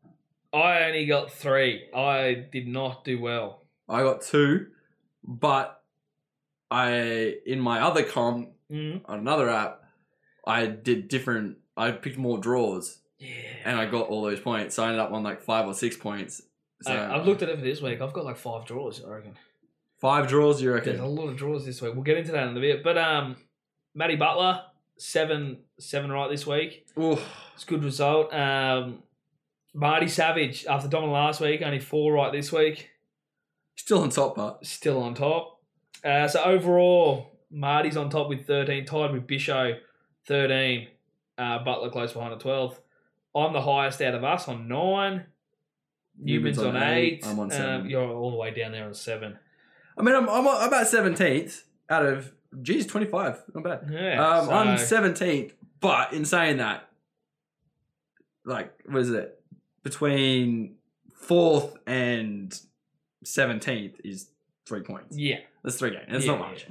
A: I only got three. I did not do well.
B: I got two, but I in my other comp
A: Mm.
B: on another app, I did different. I picked more draws,
A: Yeah.
B: and I got all those points. So I ended up on like five or six points. So
A: Hey, I've looked at it for this week. I've got like five draws. I reckon.
B: five draws. You reckon?
A: There's a lot of draws this week. We'll get into that in a bit. But um, Matty Butler seven seven right this week.
B: Oof.
A: It's a good result. Um, Marty Savage after dominant last week, only four right this week.
B: Still on top, but
A: Still on top. Uh, so overall, Marty's on top with 13, tied with Bisho, 13. Uh, Butler close behind at 12th. I'm the highest out of us on nine. Newman's on 8
B: I'm on
A: Um,
B: 7
A: you're all the way down there on seven.
B: I mean, I'm, I'm on- about seventeenth out of geez, twenty five. Not bad.
A: Yeah.
B: Um, I'm
A: so-
B: seventeenth, but in saying that, like, what is it between fourth and seventeenth is three points.
A: Yeah.
B: That's three games. That's
A: Yeah,
B: not much.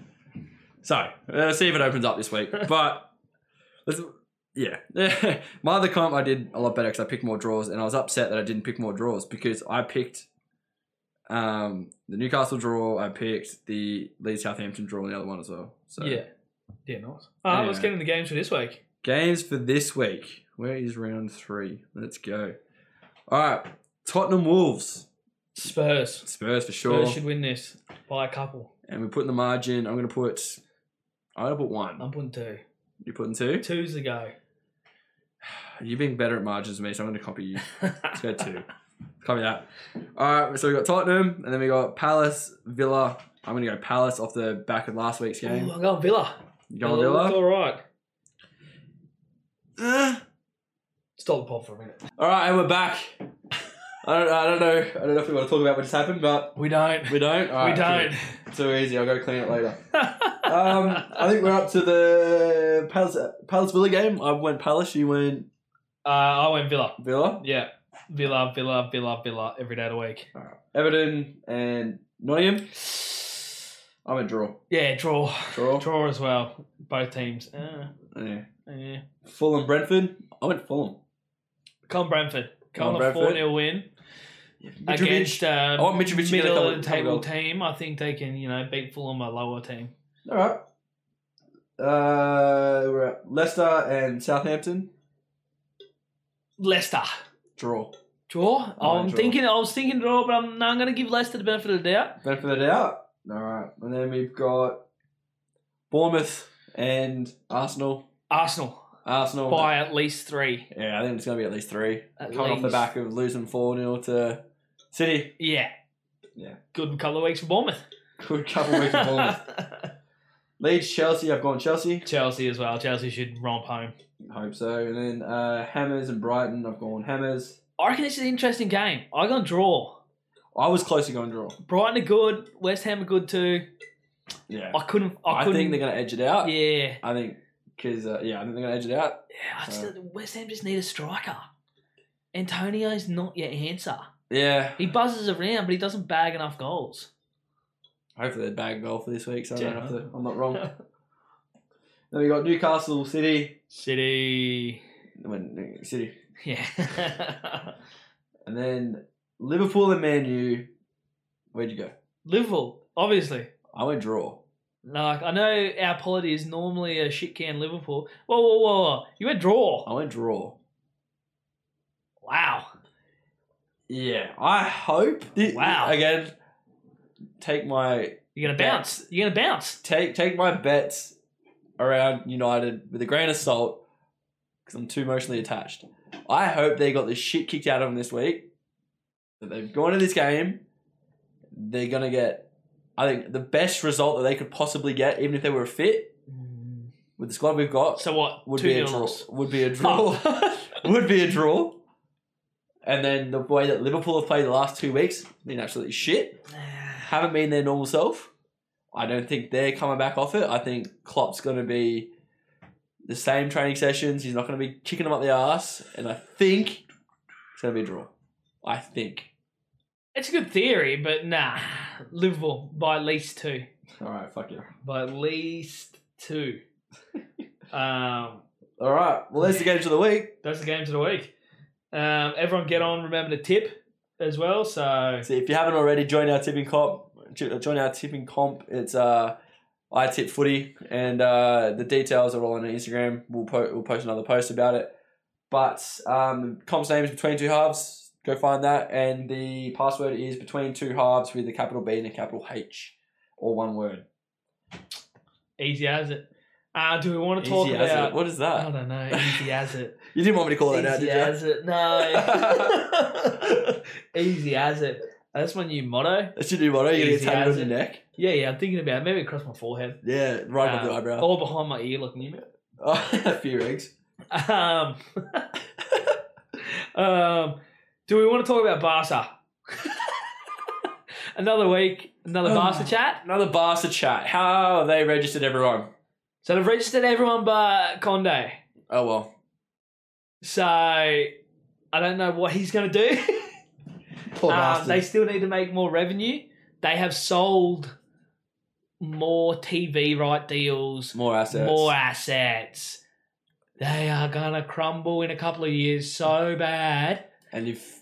B: So let's see if it opens up this week. But let's, yeah, my other comp I did a lot better because I picked more draws, and I was upset that I didn't pick more draws because I picked um, the Newcastle draw, I picked the Leeds Southampton draw, and the other one as well. So
A: Yeah. Yeah, nice. Uh, Let's
B: Yeah.
A: get into the games for this week.
B: games for this week. Where is round three? Let's go. All right, Tottenham Wolves,
A: Spurs.
B: Spurs for sure,
A: Spurs should win this by a couple.
B: and we're putting the margin. I'm gonna put. I'm gonna put one.
A: I'm putting two.
B: You're putting two.
A: Two's the go.
B: You've been better at margins than me, so I'm going to copy you. Let's go two. copy that. All right, so we got Tottenham, and then we got Palace, Villa. I'm going to go Palace off the back of last week's
A: Ooh,
B: game.
A: I'm going Villa.
B: You going
A: Villa looked
B: Villa?
A: All right.
B: Eh.
A: Stop the pod for a minute.
B: All right, and we're back. I don't, I don't know. I don't know if we want to talk about what just happened, but
A: We don't.
B: we don't. All
A: we
B: right,
A: don't.
B: Too, too easy. I'll go clean it later.
A: Uh,
B: Um, I think we're up to the Palace Palace Villa game. I went Palace. You went
A: uh, I went Villa.
B: Villa.
A: Yeah. Villa, Villa, Villa, Villa every day of the week.
B: Everton and Nottingham. I went draw.
A: Yeah, draw.
B: Draw.
A: Draw as well. Both teams. Uh,
B: Yeah.
A: yeah.
B: Fulham Brentford. I went Fulham.
A: Colin Brentford.
B: Colin
A: Colin a 4
B: Brentford.
A: 0 win
B: Mitrovic.
A: against uh,
B: I want Mitrovic to get a
A: middle
B: couple-
A: of the
B: couple
A: table
B: goals.
A: team. I think they can, you know, beat Fulham, a lower team.
B: All right. Uh, we're at Leicester and Southampton.
A: Leicester.
B: Draw.
A: Draw.
B: Oh,
A: I'm
B: draw.
A: thinking. I was thinking draw, but I'm, no, I'm going to give Leicester the benefit of the doubt.
B: Benefit of the doubt. All right. And then we've got Bournemouth and Arsenal.
A: Arsenal
B: Arsenal.
A: by at least three.
B: Yeah, I think it's going to be at least three.
A: At
B: Coming off the
A: least.
B: back of losing 4 0 to City.
A: Yeah.
B: Yeah.
A: Good couple of weeks for Bournemouth.
B: Good couple of weeks for Bournemouth. Leeds, Chelsea. I've gone Chelsea.
A: Chelsea as well. Chelsea should romp home.
B: Hope so. And then uh, Hammers and Brighton. I've gone Hammers.
A: I reckon this is an interesting game. I gonna draw.
B: I was close to going draw.
A: Brighton are good. West Ham are good too.
B: Yeah.
A: I couldn't. I,
B: I,
A: couldn't.
B: think they're going to edge it out.
A: yeah.
B: I think because uh, yeah, I think they're gonna edge it out.
A: yeah I just, West Ham just need a striker. Antonio's not your answer.
B: Yeah,
A: He buzzes around, but he doesn't bag enough goals.
B: hopefully they bag goal for this week, so I don't
A: Yeah.
B: have to, I'm not wrong. then we got Newcastle City,
A: City.
B: when City,
A: Yeah.
B: and then Liverpool and Man U. Where'd you go?
A: Liverpool, obviously.
B: I went draw.
A: Like I know our polity is normally a shit can Liverpool. Whoa, whoa, whoa, whoa! You went draw.
B: I went draw.
A: Wow.
B: Yeah, I hope. thi-
A: Wow.
B: Again, take my
A: You're gonna bounce. You're gonna bounce.
B: take take my bets around United with a grain of salt because I'm too emotionally attached. I hope they got the shit kicked out of them this week. That they've gone to this game, they're gonna get, I think, the best result that they could possibly get, even if they were fit with the squad we've got.
A: So what?
B: Mm. would
A: two Oh.
B: be a
A: nil
B: draw.
A: loss.
B: Would be a draw. would be a draw. And then the way that Liverpool have played the last two weeks, been absolutely shit. Haven't been their normal self. I don't think they're coming back off it. I think Klopp's going to be the same training sessions. He's not going to be kicking them up the ass. And I think it's going to be a draw. I think.
A: It's a good theory, but nah. Liverpool by at least two.
B: All right, fuck you.
A: By at least two. um,
B: All right. Well, that's the games of the week.
A: that's the games of the week. Um, everyone get on. Remember to tip as well. So
B: So if you haven't already, join our tipping comp. jo- Join our tipping comp. It's uh, I tip footy, and uh, the details are all on our Instagram. We'll po- we'll post another post about it. But um, the comp's name is between two halves. Go find that, and the password is between two halves with a capital B and a capital H, all one word.
A: easy as it. Uh, do we want to talk
B: Easy as
A: about?
B: it. What is
A: I
B: that?
A: don't know. Easy as it.
B: You didn't want me to call that out,
A: Easy
B: did you?
A: as it. No. Easy as it. That's my new motto.
B: That's your new motto. You're gonna eh? get
A: Easy
B: tatted
A: as
B: on your
A: it.
B: neck.
A: Yeah, yeah. I'm thinking about it. maybe across my forehead,
B: Yeah, right on
A: Um,
B: the eyebrow.
A: or behind my ear, like Newman.
B: Oh, few eggs.
A: Um, um, do we want to talk about Barca? another week, another
B: Oh
A: Barca
B: my-
A: chat.
B: Another Barca chat. How have they registered everyone?
A: So they've registered everyone but Conde.
B: Oh well.
A: So I don't know what he's going to do.
B: Poor
A: Um,
B: bastard.
A: they still need to make more revenue. They have sold more TV right deals,
B: more assets.
A: more assets. They are gonna crumble in a couple of years so bad.
B: and if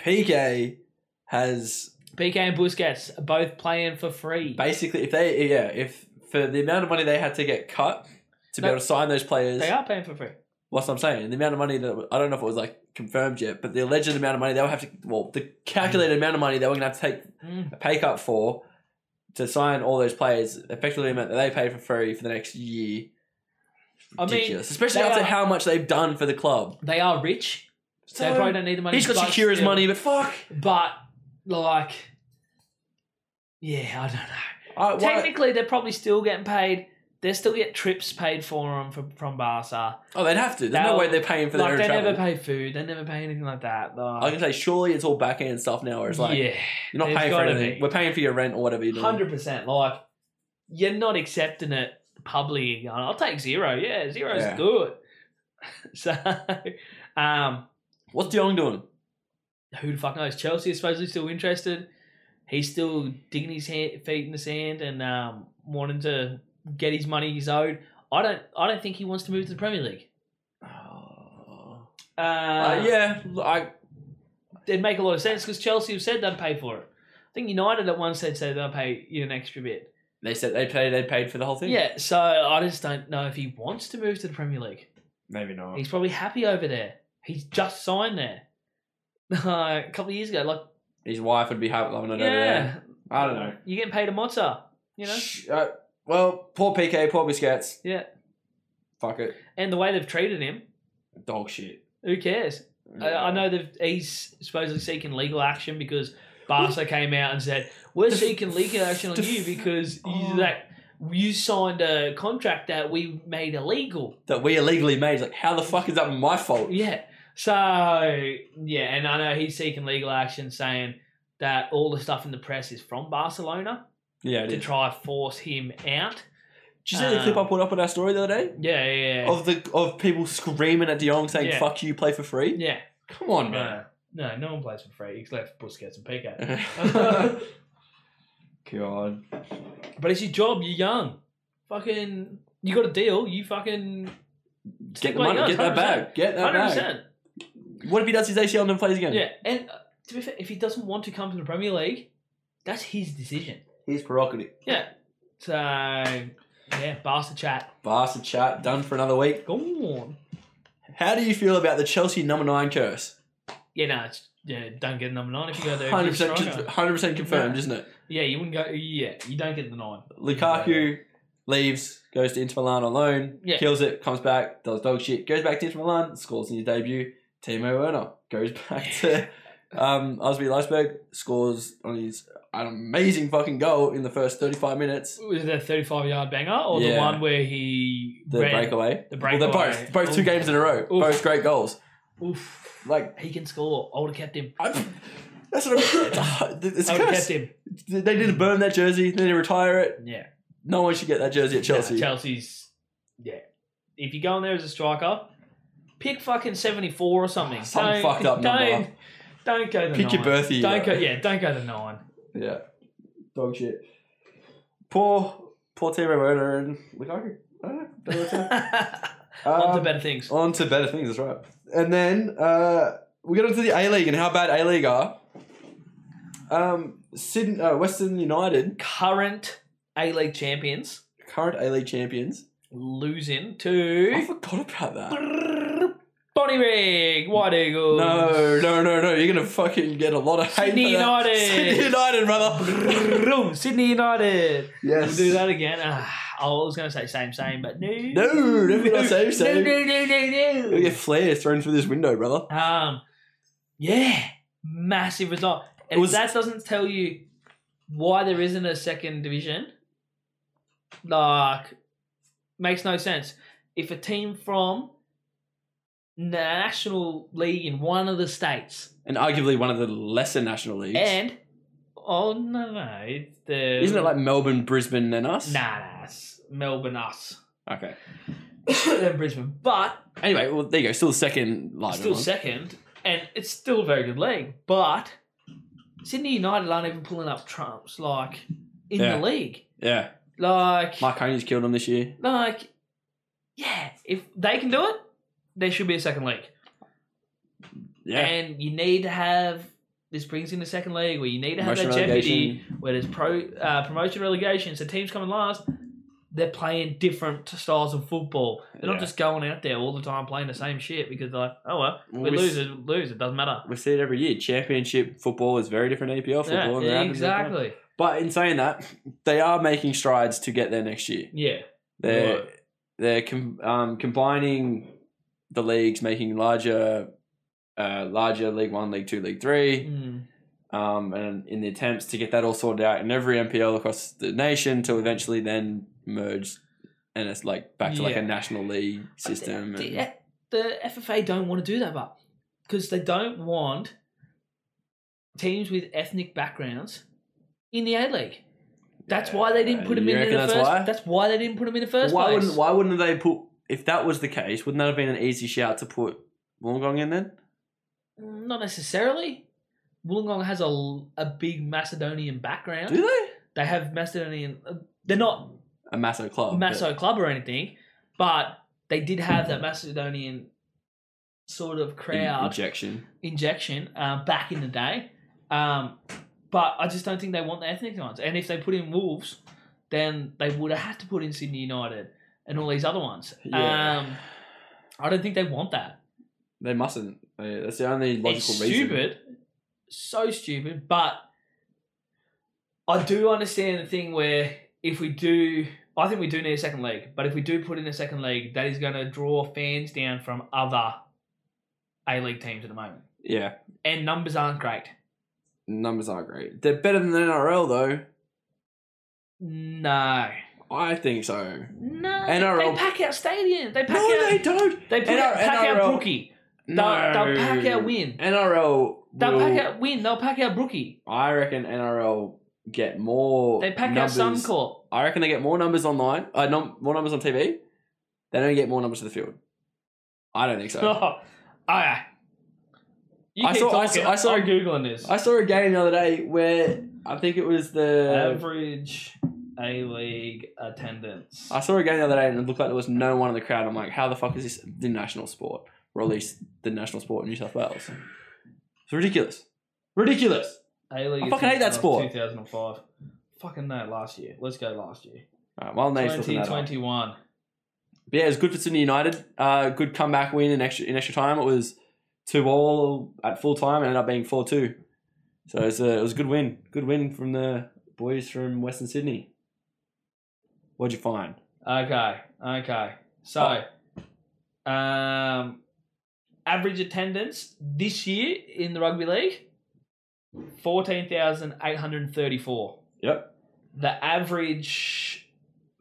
B: PK has
A: PK and Busquets are both playing for free.
B: basically, if they yeah, if for the amount of money they had to get cut to be
A: No.
B: able to sign those players,
A: They are paying for free.
B: what's I'm saying, the amount of money that I don't know if it was like confirmed yet, but the alleged amount of money they will have to well, the calculated amount of money they were going to have to take
A: Mm.
B: a pay cut for to sign all those players, effectively the amount that they pay for free for the next year.
A: I mean,
B: Ridiculous, especially
A: they
B: after
A: are-
B: how much they've done for the club.
A: They are rich. So they
B: So,
A: probably don't need the money.
B: He's got
A: but
B: secure his
A: still-
B: money, but fuck.
A: But like, yeah, I don't know.
B: I, why,
A: Technically, they're probably still getting paid. They still get trips paid for them from, from Barca.
B: oh, they'd have to. There's no
A: They'll-
B: way they're paying for
A: like
B: their
A: they
B: own travel.
A: never pay food, they never pay anything like that.
B: I
A: Like,
B: can say, surely it's all back end stuff now, where it's like
A: yeah,
B: you're not
A: It's
B: paying for
A: gotta
B: anything.
A: be.
B: We're paying for your rent or whatever you're doing.
A: hundred percent. Like you're not accepting it publicly. I'll take zero. Yeah, zero's
B: Yeah.
A: good. So, um,
B: What's De Jong doing?
A: who the fuck knows? Chelsea is supposedly still interested. He's still digging his hand, feet in the sand and um, wanting to get his money he's owed. I don't. I don't think he wants to move to the Premier League.
B: Oh.
A: Uh,
B: Uh, yeah, I
A: it'd make a lot of sense because Chelsea have said they'd pay for it. I think United at one stage said they'll pay you an extra bit.
B: they said they paid they paid for the whole thing.
A: Yeah, so I just don't know if he wants to move to the Premier League.
B: maybe not.
A: He's probably happy over there. He's just signed there a couple of years ago. Like,
B: His wife would be happy loving it over there.
A: yeah,
B: I don't know.
A: you're getting paid a mozza, you know.
B: Sh- uh, well, poor PK, poor Biscuits.
A: Yeah,
B: Fuck it,
A: and the way they've treated him,
B: dog shit.
A: who cares? I, I know that he's supposedly seeking legal action because Barca came out and said we're
B: The f-
A: seeking legal action on
B: the
A: you
B: f-
A: because
B: Oh.
A: you that you signed a contract that we made illegal.
B: that we illegally made. It's like, how the fuck is that my fault?
A: Yeah. So yeah, and I know he's seeking legal action, saying that all the stuff in the press is from Barcelona
B: Yeah,
A: to
B: did.
A: try force him out.
B: Did you see the clip I
A: Um,
B: put up on our story the other day
A: Yeah, yeah, yeah.
B: of the of people screaming at De Jong saying
A: Yeah.
B: "fuck you, play for free"?
A: yeah.
B: Come on, man.
A: No, no, no one plays for free except Busquets and Piquet.
B: God.
A: But it's your job. You're young. Fucking, you got a deal. You fucking
B: Get
A: Stick
B: the
A: by
B: money.
A: yours,
B: Get that bag. Get that
A: hundred
B: bag.
A: percent.
B: What if he does his ACL and then plays again?
A: Yeah, and uh, to be fair, if he doesn't want to come to the Premier League, that's his decision.
B: He's prerogative.
A: So yeah, bastard chat.
B: Bastard chat. Done for another week.
A: Go on.
B: How do you feel about the Chelsea number nine curse?
A: Yeah, no, it's, yeah, don't get number nine if you go there.
B: Hundred
A: Keep
B: percent.
A: striker.
B: Hundred percent confirmed,
A: Yeah.
B: isn't it?
A: Yeah, you wouldn't go. Yeah, you don't get the nine.
B: Lukaku leaves, goes to Inter Milan on loan,
A: Yeah.
B: kills it, comes back, does dog shit, goes back to Inter Milan, scores in his debut. Timo Werner goes back to um, Osby Leisberg, scores on his an amazing fucking goal in the first thirty-five minutes.
A: Was it a thirty-five yard banger or
B: Yeah.
A: the one where he
B: The
A: ran-
B: breakaway.
A: The
B: Well,
A: breakaway.
B: they're both both two
A: Oof.
B: games in a row,
A: Oof.
B: both great goals.
A: Oof.
B: Like,
A: He can score. I would have kept him.
B: I, that's what I'm. It's
A: I
B: a
A: would have
B: curse.
A: kept him.
B: They didn't burn that jersey. They didn't retire it.
A: Yeah.
B: No one should get that jersey at Chelsea.
A: Nah, Chelsea's. Yeah. If you go in there as a striker, pick fucking 74 or something.
B: Some
A: Don't-
B: fucked up number.
A: Don't, don't go to
B: Pick your
A: nine.
B: birth year.
A: Don't go, yeah, don't go to nine.
B: Yeah. Dog shit. Poor, poor Timo Werner and Lukaku. I don't know. Don't know what to say.
A: On to
B: Um,
A: better things.
B: On to better things, that's right. And then uh, we get onto the A League and how bad A League are. Um, Sydney, uh, Western United,
A: Current A League champions
B: current A League champions.
A: losing
B: I
A: to
B: forgot about that.
A: Bonnie Rig, White Eagles.
B: No, no, no, no. You're gonna fucking get a lot of hate.
A: Sydney
B: for that.
A: United.
B: Sydney United, brother.
A: Vroom, Sydney United.
B: yes.
A: We'll do that again. Ah, I was going to say same, same, but no.
B: No, definitely not same, same.
A: No, no, no,
B: You'll
A: no,
B: get flares thrown through this window, brother.
A: no. Um, yeah, massive result. If
B: It was-
A: that doesn't tell you why there isn't a second division, like, makes no sense. If a team from national league in one of the states
B: And arguably one of the lesser national leagues.
A: and oh no no it's the
B: Isn't it like Melbourne, Brisbane, and us?
A: nah, nah it's Melbourne us
B: Okay.
A: then Brisbane, but
B: Anyway, well, there you go. Still the second largest.
A: still
B: one.
A: second, and it's still a very good league. But Sydney United aren't even pulling up trumps like in
B: Yeah.
A: the league.
B: Yeah.
A: Like,
B: Mark Coney's killed him this year.
A: like, yeah, if they can do it, there should be a second league,
B: Yeah.
A: and you need to have. This brings in the second league where you need to have
B: Promotion
A: that jeopardy,
B: relegation.
A: where there's pro uh, promotion relegation, so teams coming last. They're playing different styles of football. They're
B: Yeah.
A: not just going out there all the time playing the same shit because they're like, oh well,
B: Well,
A: we
B: we
A: lose,
B: s-
A: it, lose. It doesn't matter.
B: We see it every year. Championship football is very different to APL football. and they're
A: Yeah,
B: having their fun.
A: exactly.
B: But in saying that, they are making strides to get there next year.
A: Yeah,
B: They're
A: Right.
B: they're com- um, combining the leagues, making larger, uh, larger League One, League Two, League Three.
A: Mm.
B: um, and in the attempts to get that all sorted out in every MPL across the nation to eventually then merge and it's like back to like a
A: Yeah.
B: national league system.
A: The,
B: and-
A: the FFA don't want to do that, but because they don't want teams with ethnic backgrounds in the A League. That's why they didn't put them
B: You
A: in, in
B: reckon
A: the
B: that's
A: first.
B: why?
A: That's why they didn't put them in the first
B: why
A: place.
B: wouldn't why wouldn't they put if that was the case, wouldn't that have been an easy shout to put Wollongong in then?
A: Mm, Not necessarily. Wollongong has a, l- a big Macedonian background.
B: Do they?
A: They have Macedonian. uh, They're not
B: A Masso club. but-
A: Maso club or anything, but they did have that Macedonian sort of
B: in-
A: crowd.
B: injection.
A: injection uh, back in the day. Um, but I just don't think they want the ethnic ones. And if they put in Wolves, then they would have had to put in Sydney United and all these other ones.
B: Yeah.
A: Um, I don't think they want that.
B: They mustn't. They- That's the only logical
A: it's
B: reason.
A: stupid, so stupid. But I do understand the thing where if we do, I think we do need a second league. But if we do put in a second league, that is going to draw fans down from other A League teams at the moment.
B: Yeah.
A: And numbers aren't great.
B: Numbers aren't great. They're better than the NRL though.
A: No.
B: I think so.
A: No.
B: NRL
A: They pack out stadium. They pack
B: No,
A: out.
B: they don't.
A: They, pack,
B: NRL
A: out, pack out
B: NRL.
A: Brookie. They'll,
B: No.
A: they'll pack out win.
B: NRL.
A: They'll
B: will-
A: pack out win. They'll pack out Brookie.
B: I reckon NRL get more.
A: They pack
B: numbers.
A: out Suncorp.
B: I reckon they get more numbers online. Uh, num- more numbers on TV. They don't get more numbers to the field. I don't think so.
A: Oh, yeah. You
B: I
A: keep
B: saw- I
A: talking.
B: saw- I saw-
A: I'm googling this.
B: I saw a game the other day where I think it was the.
A: Average A League attendance.
B: I saw a game the other day and it looked like there was no one in the crowd. I'm like, how the fuck is this the national sport? Or at least the national sport in New South Wales. It's ridiculous. Ridiculous.
A: A League.
B: I fucking hate that sport.
A: 2005. Fucking no, last year. Let's go last year.
B: All right, well, name's looking that up.
A: 2021.
B: But yeah, it was good for Sydney United. Uh, good comeback win in extra in extra time. It was two all at full time and ended up being four two. So it's a, it was a good win. Good win from the boys from Western Sydney. What'd you find?
A: Okay, okay. So, um, average attendance this year in the rugby league, fourteen thousand eight hundred thirty-four.
B: Yep.
A: The average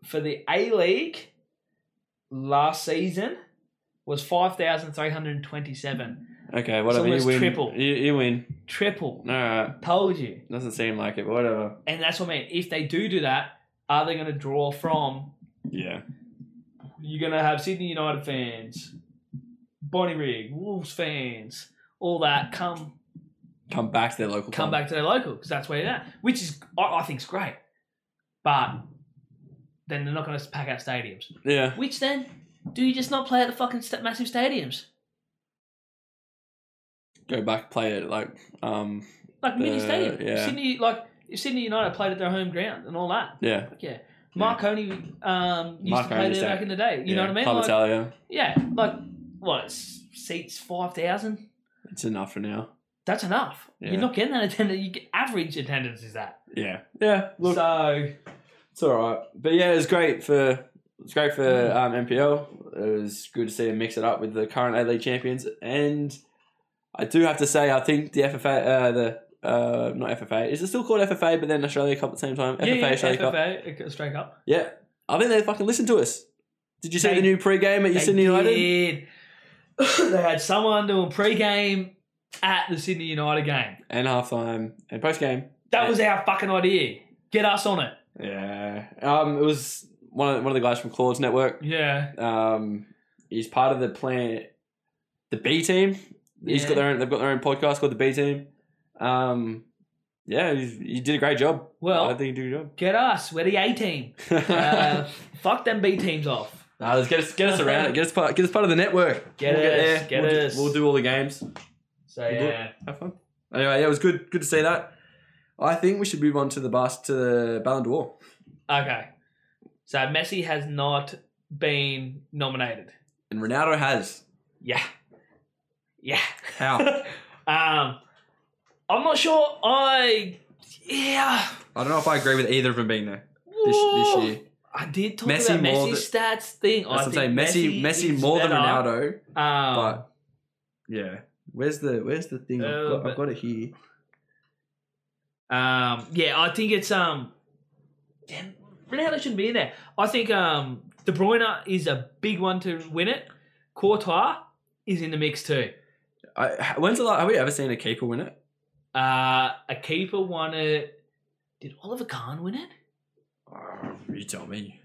A: for the A League last season was five thousand three hundred twenty-seven.
B: Okay, whatever.
A: almost
B: You win.
A: triple.
B: You, you win.
A: Triple.
B: All right.
A: Told you.
B: Doesn't seem like it, but whatever.
A: And that's what I mean. If they do do that, are they going to draw from?
B: Yeah.
A: You're going to have Sydney United fans, Bonnie Rig, Wolves fans, all that come
B: Come back to their local.
A: come
B: club.
A: back to their local because that's where you're at, which is I, I think's great. But then they're not going to pack out stadiums.
B: Yeah.
A: Which then do you just not play at the fucking sta- massive stadiums
B: Go back, play it like um.
A: like mini
B: The-
A: stadium?
B: yeah.
A: Sydney like if Sydney United played at their home ground and all that.
B: Yeah.
A: Yeah. Marconi um, used
B: Marconi
A: to play
B: used
A: there
B: to-
A: back in the day. You know
B: yeah.
A: what I mean?
B: Club
A: Like-
B: Italia.
A: Yeah, like what s- seats five thousand?
B: It's enough for now.
A: That's enough.
B: Yeah.
A: You're not getting that attendance. You get, average attendance is that.
B: Yeah. Yeah. Look,
A: so
B: it's all right. But yeah, it was great for it's great for um, MPL. It was good to see them mix it up with the current A League champions. And I do have to say, I think the FFA, uh, the uh, not FFA, is it still called FFA? But then Australia Cup at the same time.
A: yeah, yeah,
B: Australia Cup.
A: FFA, uh, straight up.
B: Yeah, I think they fucking listened to us. Did you see
A: They-
B: the new pre-game at your Sydney United?
A: did. they had someone doing pre-game at the Sydney United game.
B: And halftime and post-game.
A: That was our fucking idea. Get us on it.
B: Yeah, um, it was one of one of the guys from Claude's network.
A: Yeah.
B: Um, he's part of the plan, the B team. He's
A: Yeah.
B: got their own. They've got their own podcast called the B team. Um, yeah, he's, he did a great job.
A: Well-
B: I think he did a good
A: Get us. We're the A team.
B: job.
A: Uh, fuck them B teams off.
B: Nah, let's get us get us around it. Get us part. Get us part of the network.
A: Get us,
B: there.
A: get
B: we'll do-
A: us.
B: we'll do all the games.
A: So
B: We'll do it.
A: yeah.
B: Have fun. Anyway, yeah, it was good. Good to see that. I think we should move on to the bus to the Ballon d'Or.
A: Okay. So Messi has not been nominated.
B: And Ronaldo has.
A: Yeah. Yeah.
B: How?
A: um, I'm not sure. I yeah.
B: I don't know if I agree with either of them being there this, this year.
A: I did talk
B: Messi
A: about
B: more
A: Messi's stats thing.
B: That's what I'm
A: I
B: saying.
A: think
B: Messi, Messi,
A: is
B: more than
A: better.
B: Ronaldo,
A: Um,
B: but yeah. Where's the Where's the thing? I've,
A: Uh,
B: got,
A: but-
B: I've got it here.
A: um, yeah, I think it's um, damn, Ronaldo shouldn't be in there. I think um, De Bruyne is a big one to win it. Courtois is in the mix too.
B: I, when's the last? Have we ever seen a keeper win it?
A: Uh, a keeper won it. Did Oliver Kahn win it?
B: Oh, you tell me.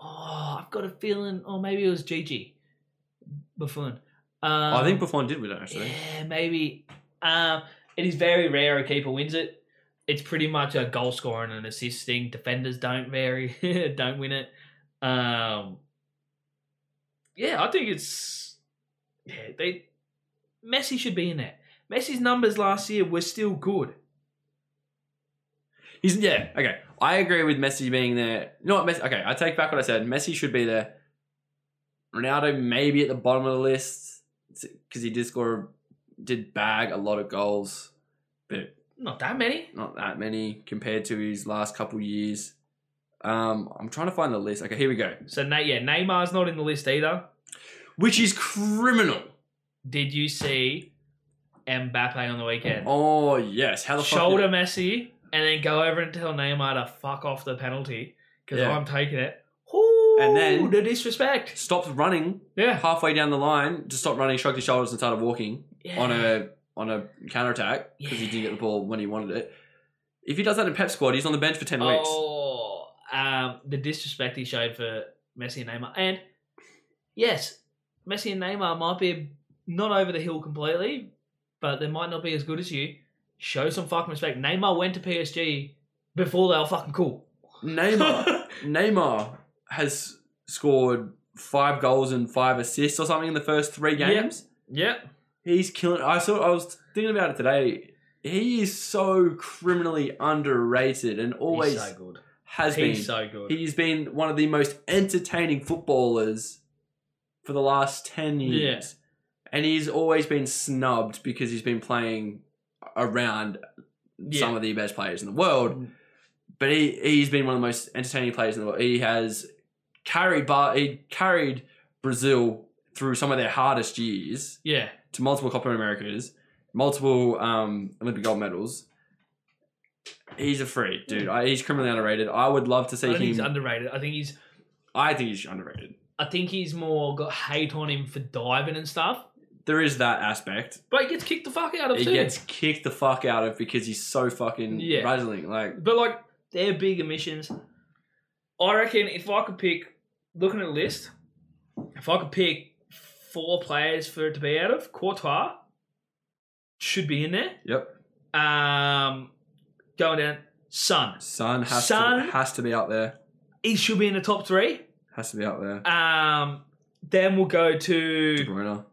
A: Oh, I've got a feeling. Or maybe it was Gigi Buffon. Um,
B: Oh, I think Buffon did win it actually.
A: Yeah, maybe. Um, it is very rare a keeper wins it. It's pretty much a goal scoring and assist thing. Defenders don't vary, don't win it. Um, yeah, I think it's yeah they Messi should be in there. Messi's numbers last year were still good.
B: He's yeah okay. I agree with Messi being there. You know what? Messi, okay, I take back what I said. Messi should be there. Ronaldo maybe at the bottom of the list because he did score, did bag a lot of goals, but
A: Not that many.
B: not that many compared to his last couple years. Um, I'm trying to find the list. Okay, here we go.
A: So Na- yeah, Neymar's not in the list either.
B: Which is criminal.
A: Did you see Mbappe on the weekend?
B: Oh yes, how the fuck
A: shoulder
B: did-
A: Messi and then go over and tell Neymar to fuck off the penalty because
B: Yeah.
A: I'm taking it. Ooh,
B: And then-
A: the disrespect.
B: stopped running
A: Yeah.
B: halfway down the line. Just stopped running, shrugged his shoulders, and started walking.
A: yeah.
B: on a on a counter attack because he didn't get the ball when he wanted it. If he does that in Pep squad, he's on the bench for ten weeks.
A: oh, um, the disrespect he showed for Messi and Neymar. And yes, Messi and Neymar might be not over the hill completely, but they might not be as good as you. Show some fucking respect. Neymar went to PSG before they were fucking cool.
B: Neymar Neymar has scored five goals and five assists or something in the first three
A: Yeah.
B: games.
A: yep.
B: He's killing. I saw. I was thinking about it today. He is so criminally underrated and always
A: He's so good.
B: has been.
A: He's so good.
B: He's been one of the most entertaining footballers for the last 10 years. And he's always been snubbed because he's been playing around
A: Yeah.
B: some of the best players in the
A: Mm.
B: world. But he, he's been one of the most entertaining players in the world. He has carried Bar- he carried Brazil through some of their hardest years
A: yeah.
B: to multiple Copa Americas, multiple um, Olympic gold medals. He's a freak, dude. I, he's criminally underrated. I would love to
A: I
B: see
A: don't
B: him.
A: think he's underrated. I think he's
B: I think he's underrated.
A: I think he's more got hate on him for diving and stuff.
B: there is that aspect.
A: But he gets kicked the fuck out of
B: He
A: too.
B: gets kicked the fuck out of because he's so fucking
A: Yeah.
B: razzling. Like,
A: But like they're big emissions. I reckon if I could pick, looking at the list, if I could pick four players for it to be out of, Courtois should be in there.
B: yep,
A: Um, going down, Son,
B: Sun has
A: Son-
B: to has to be up there.
A: he should be in the top three.
B: Has to be up there.
A: Um, then we'll go
B: De
A: to
B: Bruyne,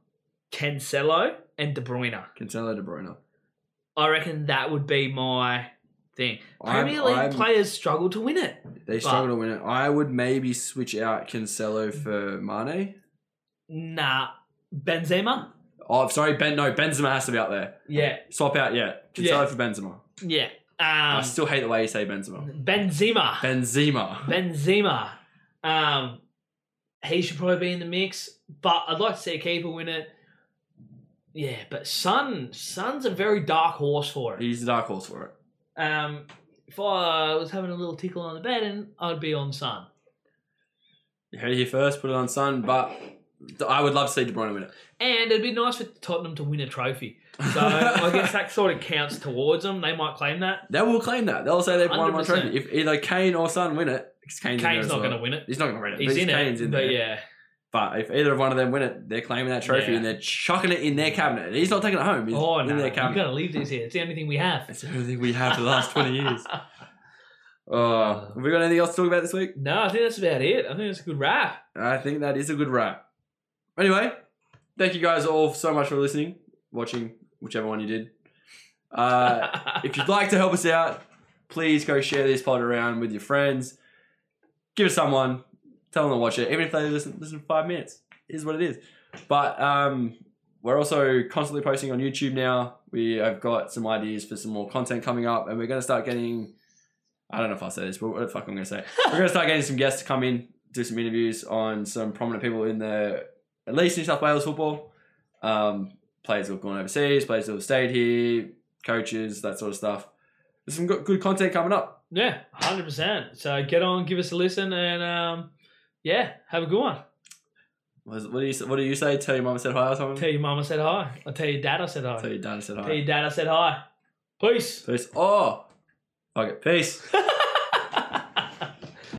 A: Cancelo and De Bruyne.
B: Cancelo, De Bruyne.
A: I reckon that would be my thing.
B: I'm-
A: Premier League
B: I'm-
A: players struggle to win it.
B: They struggle to win it. I would maybe switch out Cancelo for Mane.
A: Nah, Benzema.
B: Oh, sorry, Ben. No, Benzema has to be out there.
A: Yeah,
B: Swap out, yeah. Cancelo
A: Yeah.
B: for Benzema.
A: yeah. Um,
B: I still hate the way you say Benzema.
A: Benzema.
B: Benzema.
A: Benzema. Um, he should probably be in the mix, but I'd like to see a keeper win it. Yeah, but Sun Sun's a very dark horse for it.
B: He's the dark horse for it.
A: Um, if I was having a little tickle on the bed, and I'd be on Sun.
B: You heard it here first. Put it on Sun, but I would love to see De Bruyne win it.
A: And it'd be nice for Tottenham to win a trophy. So I guess that sort of counts towards them. They might claim that.
B: They will claim that. They'll say they've won one
A: 100%.
B: trophy. If either Kane or Son win it, 'cause Kane's, in there
A: Kane's
B: as
A: not
B: well.
A: going to win it.
B: He's not going to win it.
A: He's
B: but
A: in
B: Kane's
A: it,
B: in
A: but
B: there.
A: yeah,
B: But if either of one of them win it, they're claiming that trophy
A: Yeah.
B: and they're chucking it in their cabinet. He's not taking it home. He's
A: oh
B: in
A: no,
B: their
A: you've got
B: cabinet.
A: to leave this here. It's the only thing we have.
B: It's the only thing we have for the last twenty years. Oh, have we got anything else to talk about this week?
A: No, I think that's about it. I think that's a good wrap.
B: I think that is a good wrap. Anyway, thank you guys all so much for listening, watching, whichever one you did. Uh, if you'd like to help us out, please go share this pod around with your friends. Give it someone, tell them to watch it. Even if they listen, listen for five minutes, it is what it is. But um, we're also constantly posting on YouTube now. We have got some ideas for some more content coming up, and we're going to start getting. I don't know if I'll say this, but what the fuck I'm going to say? we're going to start getting some guests to come in, do some interviews on some prominent people in the at least New South Wales football. Um, players who have gone overseas, players who have stayed here, coaches, that sort of stuff. There's some good, good content coming up.
A: Yeah, hundred percent. So get on, give us a listen, and um, yeah, have a good one.
B: What, is, what do you say- What do you say? Tell your mum I said hi or something.
A: Tell your mum I said hi. I tell your dad I said hi.
B: Tell your dad I said
A: Tell
B: hi.
A: your dad I said hi. Peace.
B: Peace. Oh, okay. Peace.